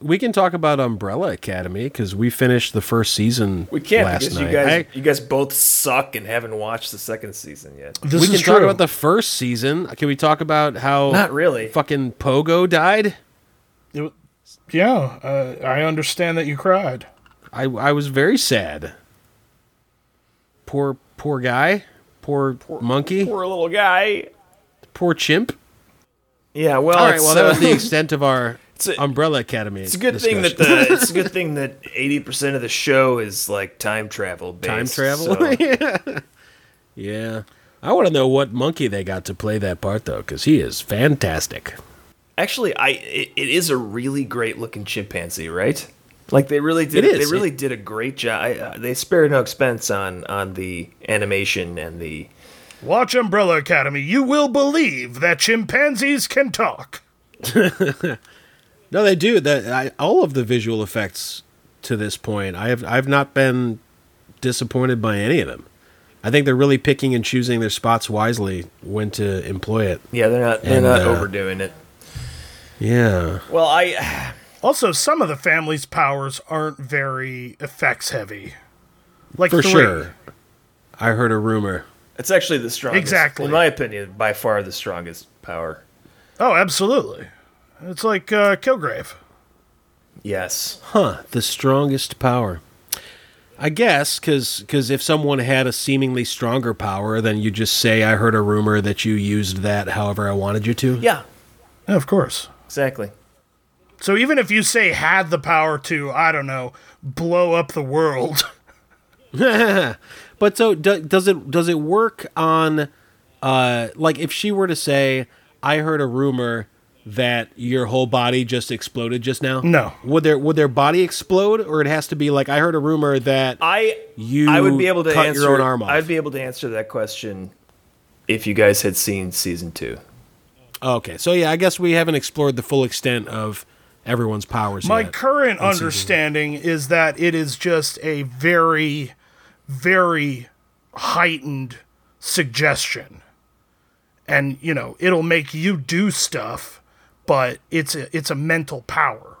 B: we can talk about Umbrella Academy because we finished the first season.
C: We can't
B: last
C: because
B: night.
C: you guys
B: I-
C: you guys both suck and haven't watched the second season yet.
A: This
B: we
A: is
B: can
A: true.
B: talk about the first season. Can we talk about how
C: Not really.
B: fucking Pogo died?
A: It- yeah, uh, I understand that you cried.
B: I I was very sad. Poor poor guy. Poor, monkey. Poor,
C: Poor little guy.
B: chimp.
C: Yeah, well,
B: All right.
C: it's,
B: Well, that
C: uh,
B: was the extent of our
C: a-
B: Umbrella Academy.
C: it's a good thing that the it's a good thing that eighty percent of the show is like time travel based.
B: time travel.
C: so-
B: yeah. yeah. I want to know what monkey they got to play that part though, because he is fantastic.
C: Actually, I it, it is a really great looking chimpanzee, right? Like they really did.
B: It is.
C: They really did a great job. I, uh, they spared no expense on on the animation and the.
A: Watch Umbrella Academy. You will believe that chimpanzees can talk.
B: No, they do. That I, all of the visual effects to this point, I have I've not been disappointed by any of them. I think they're really picking and choosing their spots wisely when to employ it.
C: Yeah, they're not they're
B: And,
C: not
B: uh,
C: overdoing it.
B: Yeah.
C: Well, I
A: Also, some of the family's powers aren't very effects heavy. Like
B: For
A: three.
B: sure. I heard a rumor.
C: it's actually the strongest.
A: Exactly.
C: in my opinion, by far the strongest power.
A: Oh, absolutely. It's like uh, Kilgrave.
C: Yes.
B: Huh, the strongest power. I guess cuz cuz if someone had a seemingly stronger power, then you just say I heard a rumor that you used that however I wanted you to.
C: Yeah.
A: Yeah, of course.
C: Exactly.
A: So even if you say had the power to, I don't know, blow up the world,
B: But so do, does it does it work on uh like if she were to say I heard a rumor that your whole body just exploded just now?
A: No.
B: Would their would their body explode or it has to be like I heard a rumor that
C: I
B: You
C: I would be able to
B: cut
C: answer
B: your own arm off.
C: I'd be able to answer that question if you guys had seen season two.
B: Okay, so yeah, I guess we haven't explored the full extent of everyone's powers
A: my
B: yet.
A: current
B: in season
A: understanding is that it is just a very, very heightened suggestion. And, you know, it'll make you do stuff, but it's a, it's a mental power.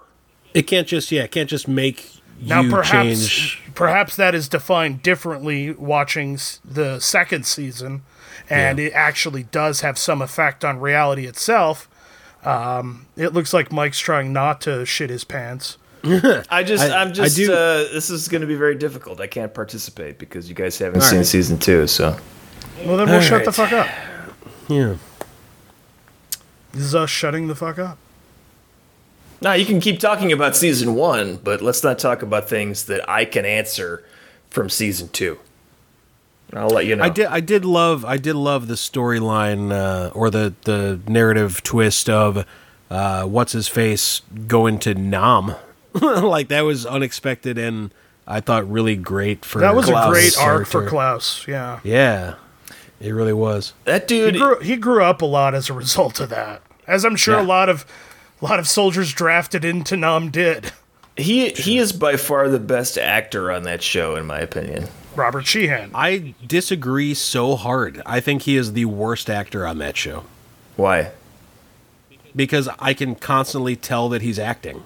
B: it can't just yeah, it can't just make
A: Now,
B: you
A: perhaps
B: change.
A: perhaps that is defined differently watching s- the second season, and it actually does have some effect on reality itself. Um, it looks like Mike's trying not to shit his pants.
C: I just
B: I-
C: I,
B: I
C: am just
B: do-
C: uh, this is going to be very difficult. I can't participate because you guys haven't
B: All
C: seen
B: right.
C: season two. So
A: Well, then we'll shut the
C: right.
A: fuck up.
B: Yeah.
A: This is us shutting the fuck up.
C: now you can keep talking about season one, but let's not talk about things that I can answer from season two. I'll let you know.
B: I did I did love I did love the storyline uh, or the the narrative twist of uh, what's his face going to Nam. like that was unexpected and I thought really great for
A: That was a
C: Klaus'
A: great arc for
B: character.
A: Klaus. Yeah,
B: Yeah. It really was.
C: That
A: he
C: dude.
A: grew, he grew up a lot as a result of that, as I'm sure
B: Yeah.
A: a lot of a lot of soldiers drafted into Nam did.
C: He he is by far the best actor on that show, in my opinion.
A: Robert Sheehan.
B: I disagree so hard. I think he is the worst actor on that show.
C: Why?
B: because I can constantly tell that he's acting.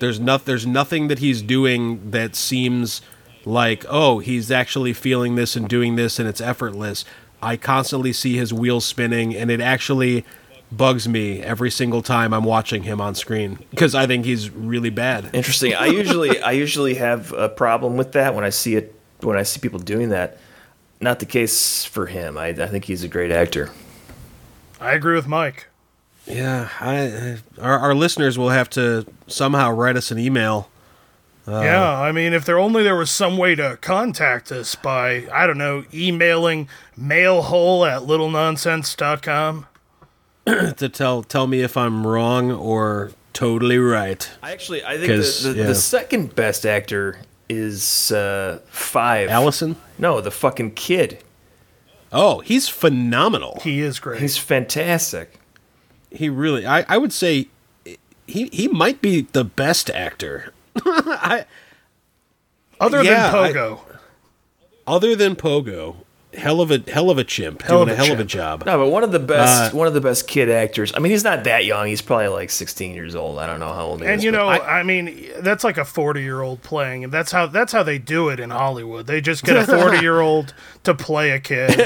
B: There's no, there's nothing that he's doing that seems like oh he's actually feeling this and doing this and it's effortless. I constantly see his wheels spinning and it actually bugs me every single time I'm watching him on screen because I think he's really bad.
C: Interesting. I usually I usually have a problem with that when I see it when I see people doing that. Not the case for him. I, I think he's a great actor.
A: I agree with Mike.
B: Yeah, I, our, our listeners will have to somehow write us an email. Uh.
A: yeah, I mean, if there only there was some way to contact us by, I don't know, emailing mailhole at littlenonsense.com.
B: to tell tell me if I'm wrong or totally right.
C: I actually I think
B: 'Cause,
C: the, the,
B: yeah.
C: the second best actor is uh, five.
B: Allison?
C: No, the fucking kid.
B: Oh, he's phenomenal.
A: He is great.
C: He's fantastic.
B: He really I, I would say he he might be the best actor. I
A: Other
B: yeah, I-
A: than Pogo.
B: other than Pogo, hell of a hell of a chimp,
A: Hell of
B: doing
A: a
B: a hell of a
A: chimp.
B: job.
C: No, but one of the best
B: Uh,
C: one of the best kid actors. I mean, he's not that young. He's probably like 16 years old. I don't know how old he
A: and
C: is.
A: you
C: but-
A: know, I, mean, that's like a forty-year-old playing, and that's how that's how they do it in Hollywood. They just get a forty-year-old to play a kid.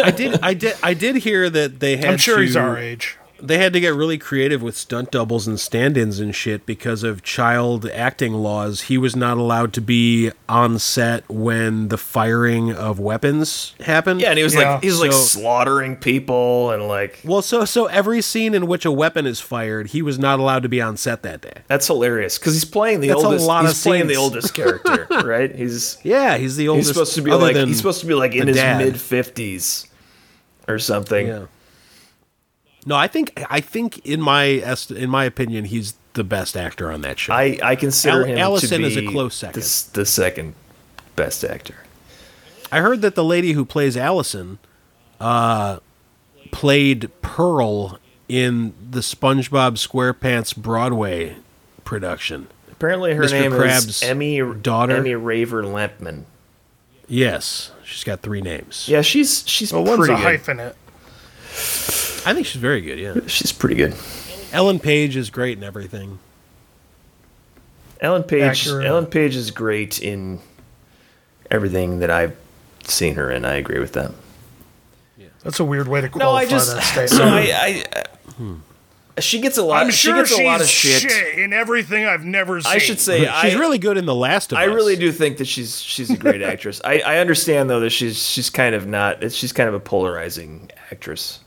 B: I did I did I did hear that they had
A: I'm sure he's
B: to-
A: our age.
B: They had to get really creative with stunt doubles and stand-ins and shit because of child acting laws. He was not allowed to be on set when the firing of weapons happened.
C: yeah, and he was
A: Yeah,
C: like he was like
B: so-
C: slaughtering people and like
B: Well, so so every scene in which a weapon is fired, he was not allowed to be on set that day.
C: That's hilarious because he's playing the
B: That's a
C: oldest.
B: lot
C: he's
B: of
C: playing the
B: scenes.
C: oldest character, right? He's
B: Yeah, he's the
C: he's
B: oldest.
C: supposed to be
B: other
C: like
B: than-
C: he's supposed to be like in
B: the
C: his
B: dad.
C: mid fifties or something.
B: Yeah. No, I think I think in my est- in my opinion, he's the best actor on that show.
C: I I consider
B: Al-
C: him to
B: Allison
C: be
B: is a close second.
C: The, s- the second best actor.
B: I heard that the lady who plays Allison uh, played Pearl in the SpongeBob SquarePants Broadway production.
C: Apparently, her
B: Mr.
C: name
B: Krabs'
C: is Emmy
B: daughter?
C: Emmy Raver Lampman.
B: Yes, she's got three names.
C: Yeah, she's she's
A: Well, one's
C: pretty
A: a
C: good.
A: hyphenate.
B: I think she's very good. Yeah,
C: She's pretty good.
B: Ellen Page is great and everything.
C: Ellen Page.
A: Accurate.
C: Ellen Page is great in everything that I've seen her in. I agree with that.
A: That's a weird way to qualify
C: No, I just
A: that statement.
C: so I. I Hmm. She gets a lot.
A: I'm sure
C: she gets
A: she's
C: a lot of shit.
A: shit. in everything I've never seen.
C: I should say
B: she's
C: I,
B: really good in The Last of
C: I
B: Us.
C: really do think that she's she's a great actress. I, I understand though that she's she's kind of not. that She's kind of a polarizing actress.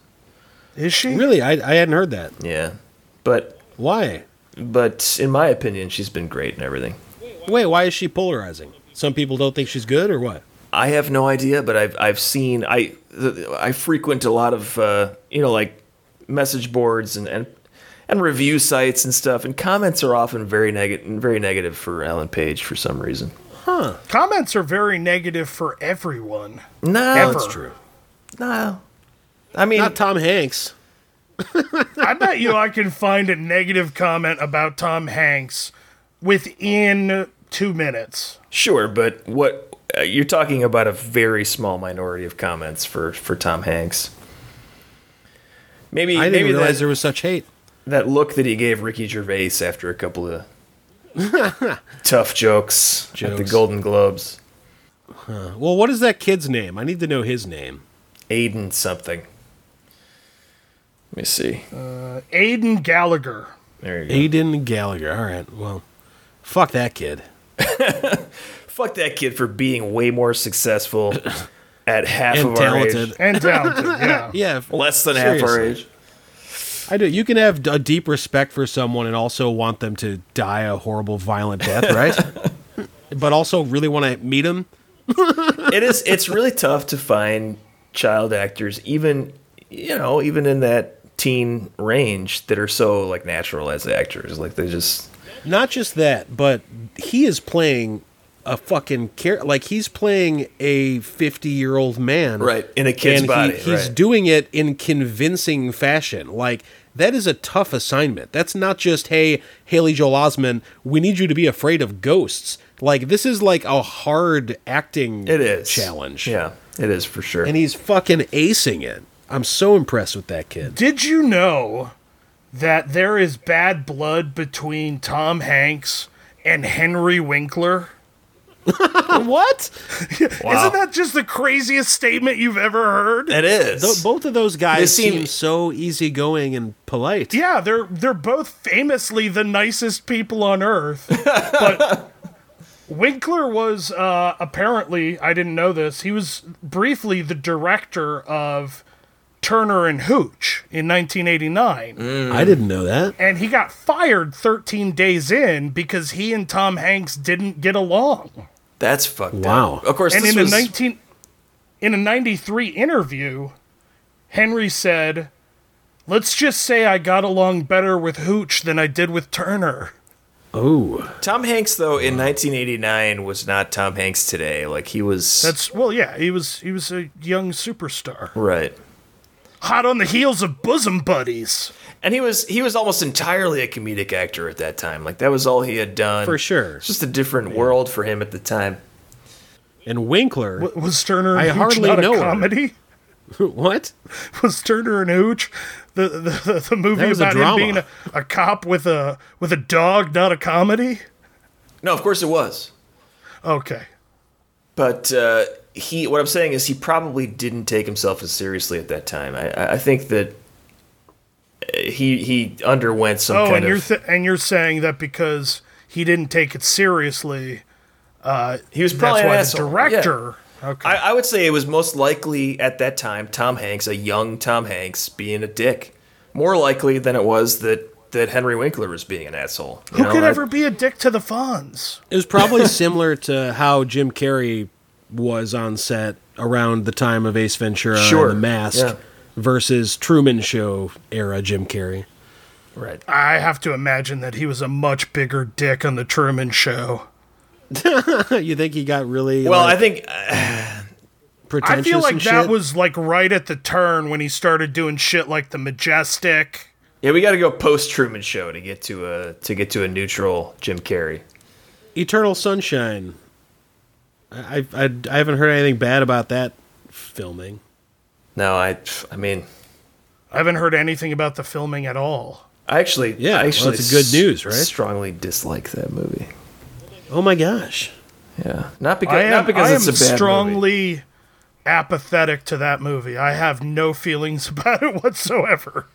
A: Is she?
B: Really, I, I hadn't heard that.
C: Yeah, but
B: Why?
C: but in my opinion, she's been great and everything.
B: Wait, why is she polarizing? Some people don't think she's good, or what?
C: I have no idea, but I've I've seen I I frequent a lot of uh, you know like message boards and, and and review sites and stuff, and comments are often very negative very negative for Ellen Page for some reason.
A: Comments are very negative for everyone.
C: No,
A: Ever.
B: That's true.
C: no. I mean,
B: Not Tom Hanks.
A: I bet you I can find a negative comment about Tom Hanks within two minutes.
C: Sure, but what uh, you're talking about a very small minority of comments for for Tom Hanks. Maybe
B: I didn't
C: maybe
B: realize
C: that,
B: there was such hate.
C: that look that he gave Ricky Gervais after a couple of tough jokes, at the
B: Jokes.
C: Golden Globes.
B: Well, what is that kid's name? I need to know his name.
C: Aiden something. Let me see.
A: Aiden Gallagher.
C: There you go.
B: Aiden Gallagher. All right. Well, fuck that kid.
C: Fuck that kid for being way more successful at half
B: And
C: of our
B: talented.
C: age.
A: And talented, yeah.
B: Yeah.
C: Less than half our
B: Seriously.
C: age.
B: I do. You can have a deep respect for someone and also want them to die a horrible, violent death, right? but also really want to meet him.
C: it is it's really tough to find child actors even you know even in that teen range that are so like natural as actors like they just
B: Not just that, but he is playing a fucking care. Like he's playing a fifty-year-old man,
C: Right, in a
B: and
C: kid's
B: he-
C: body,
B: he's
C: right.
B: doing it in convincing fashion. Like that is a tough assignment. That's not just hey, Haley Joel Osment, we need you to be afraid of ghosts. Like this is like a hard acting.
C: it is
B: challenge.
C: yeah it is for sure
B: and he's fucking acing it. I'm so impressed with that kid.
A: Did you know that there is bad blood between Tom Hanks and Henry Winkler?
B: what?
A: Isn't that just the craziest statement you've ever heard?
C: It is.
B: both of those guys
C: seem-
B: seem, so easygoing and polite.
A: Yeah, they're they're both famously the nicest people on earth. but Winkler was uh, apparently I didn't know this. He was briefly the director of Turner and Hooch in 1989,
B: I didn't know that.
A: and he got fired 13 days in because he and Tom Hanks didn't get along.
C: That's fucked up.
B: Wow.
C: Of course,
A: And
C: this
A: in
C: was
A: a 19 in a 93 interview, Henry said, "Let's just say I got along better with Hooch than I did with Turner."
B: Oh,
C: Tom Hanks though in 1989 was not Tom Hanks today. Like he was
A: That's well, yeah, he was he was a young superstar.
C: right.
A: Hot on the heels of Bosom Buddies.
C: And he was he was almost entirely a comedic actor at that time. Like that was all he had done.
B: for sure.
C: It's just a different world for him at the time.
B: And Winkler.
A: W- Was Turner and
B: I
A: Hooch
B: hardly
A: not
B: know
A: a
B: her.
A: comedy?
B: what?
A: Was Turner and Hooch the the, the, the movie
B: That was a
A: about him
B: drama.
A: being a, a cop with a with a dog not a comedy?
C: No, of course it was.
A: Okay.
C: But uh, he, what I'm saying is, he probably didn't take himself as seriously at that time. I- I, I think that uh, he he underwent some
A: Oh,
C: kind
A: and you're
C: of.
A: th- and you're saying that because he didn't take it seriously, uh,
C: he was probably
A: that's
C: an
A: why the
C: asshole. Yeah.
A: director. Okay.
C: I, I would say it was most likely at that time Tom Hanks, a young Tom Hanks, being a dick, more likely than it was that that Henry Winkler was being an asshole. You
A: Who
C: know,
A: could
C: I-
A: ever be a dick to the Fonz?
B: It was probably similar to how Jim Carrey was on set around the time of Ace Ventura
C: Sure.
B: and The Mask
C: Yeah.
B: versus Truman Show era Jim Carrey.
C: Right.
A: I have to imagine that he was a much bigger dick on the Truman Show.
B: you think he got really
C: Well, I
B: like,
C: think
B: pretentious
A: I feel like
B: and
A: that
B: shit?
A: was like right at the turn when he started doing shit like the Majestic.
C: yeah, we got to go post Truman Show to get to a to get to a neutral Jim Carrey.
B: Eternal Sunshine. I, I I I haven't heard anything bad about that filming.
C: No, I I mean.
A: I haven't heard anything about the filming at all.
C: I actually,
B: Yeah,
C: I
B: well,
C: actually
B: it's good news, right?
C: Strongly dislike that movie.
B: Oh my gosh.
C: Yeah, not because
A: I am,
C: not because
A: I
C: it's
A: am
C: a bad movie.
A: strongly apathetic to that movie. I have no feelings about it whatsoever.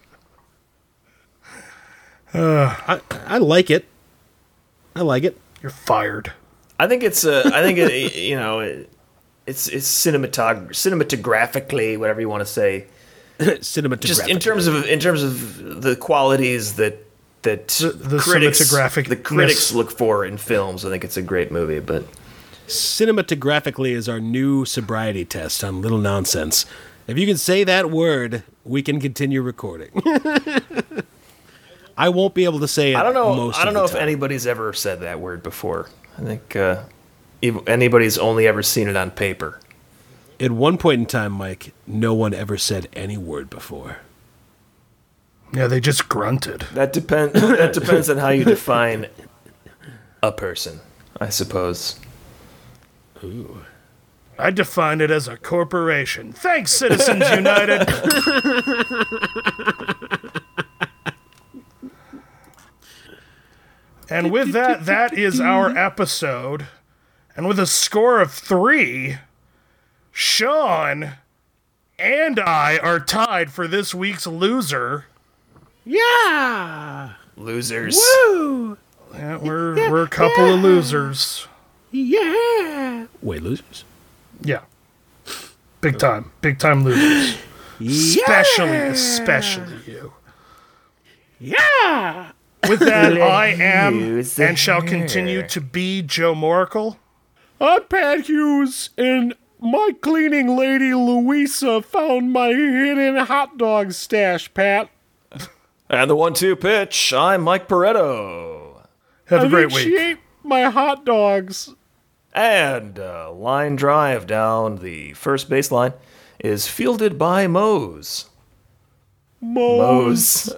B: I I like it. I like it.
A: You're fired.
C: I think it's a. I think it, you know, it, it's it's cinematog- cinematographically, whatever you want to say.
B: Cinematographic.
C: Just in terms of in terms of the qualities that that
A: the
C: critics
A: cinematographic-
C: the critics look for in films. I think it's a great movie, but
B: cinematographically is our new sobriety test on little nonsense. If you can say that word, we can continue recording. I won't be able to say it.
C: I don't know.
B: Most
C: I don't
B: of
C: know
B: the
C: if
B: time.
C: anybody's ever said that word before. I think uh, if anybody's only ever seen it on paper.
B: At one point in time, Mike, no one ever said any word before.
A: Yeah, they just grunted.
C: That depends. that depends on how you define a person, I suppose.
A: I define it as a corporation. Thanks, Citizens United. and with that, that is our episode. And with a score of three, Sean and I are tied for this week's loser.
B: Yeah.
C: Losers.
B: Woo.
A: Yeah, we're we're a couple of losers.
B: Yeah. Wait, losers.
A: Yeah. Big time. Big time losers. Especially, especially you.
B: Yeah.
A: With that, I am and shall continue to be Joe Moracle.
B: I'm Pat Hughes, and my cleaning lady Louisa found my hidden hot dog stash, Pat.
C: And the one-two pitch. I'm Mike Pareto.
A: Have a great week.
B: ate my hot dogs.
C: And uh, line drive down the first baseline is fielded by Mose. Mose.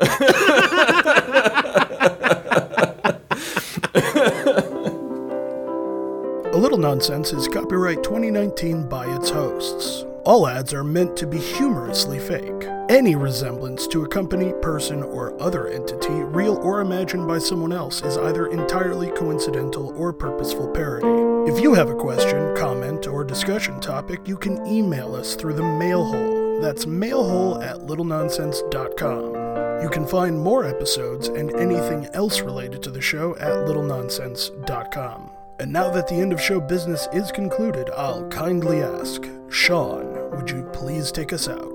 A: A Little Nonsense is copyright 2019 by its hosts. All ads are meant to be humorously fake. Any resemblance to a company, person, or other entity, real or imagined by someone else, is either entirely coincidental or purposeful parody. If you have a question, comment, or discussion topic, you can email us through the mailhole. That's mailhole at littlenonsense.com. You can find more episodes and anything else related to the show at littlenonsense.com. And now that the end of show business is concluded, I'll kindly ask Sean, would you please take us out?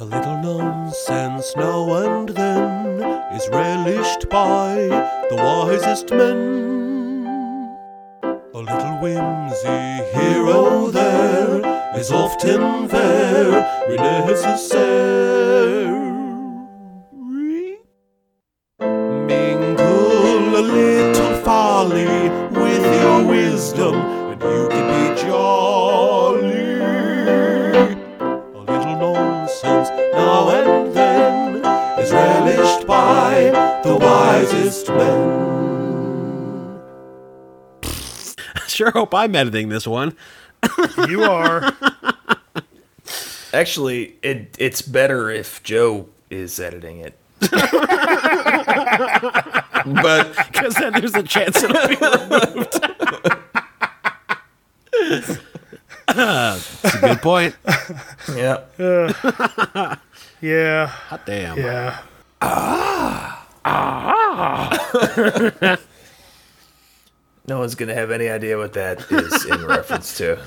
D: A little nonsense now and then is relished by the wisest men. A little whimsy here or there is often very necessary. Mingle a little folly with your wisdom, and you can be jolly. A little nonsense now and then is relished by the wisest men.
B: Sure hope I'm editing this one.
A: You are.
C: Actually, it it's better if Joe is editing it.
B: But because then there's a chance it'll be removed. That's a good point.
C: Yeah.
A: Yeah.
B: Hot damn.
A: Yeah.
C: No one's gonna have any idea what that is in reference to.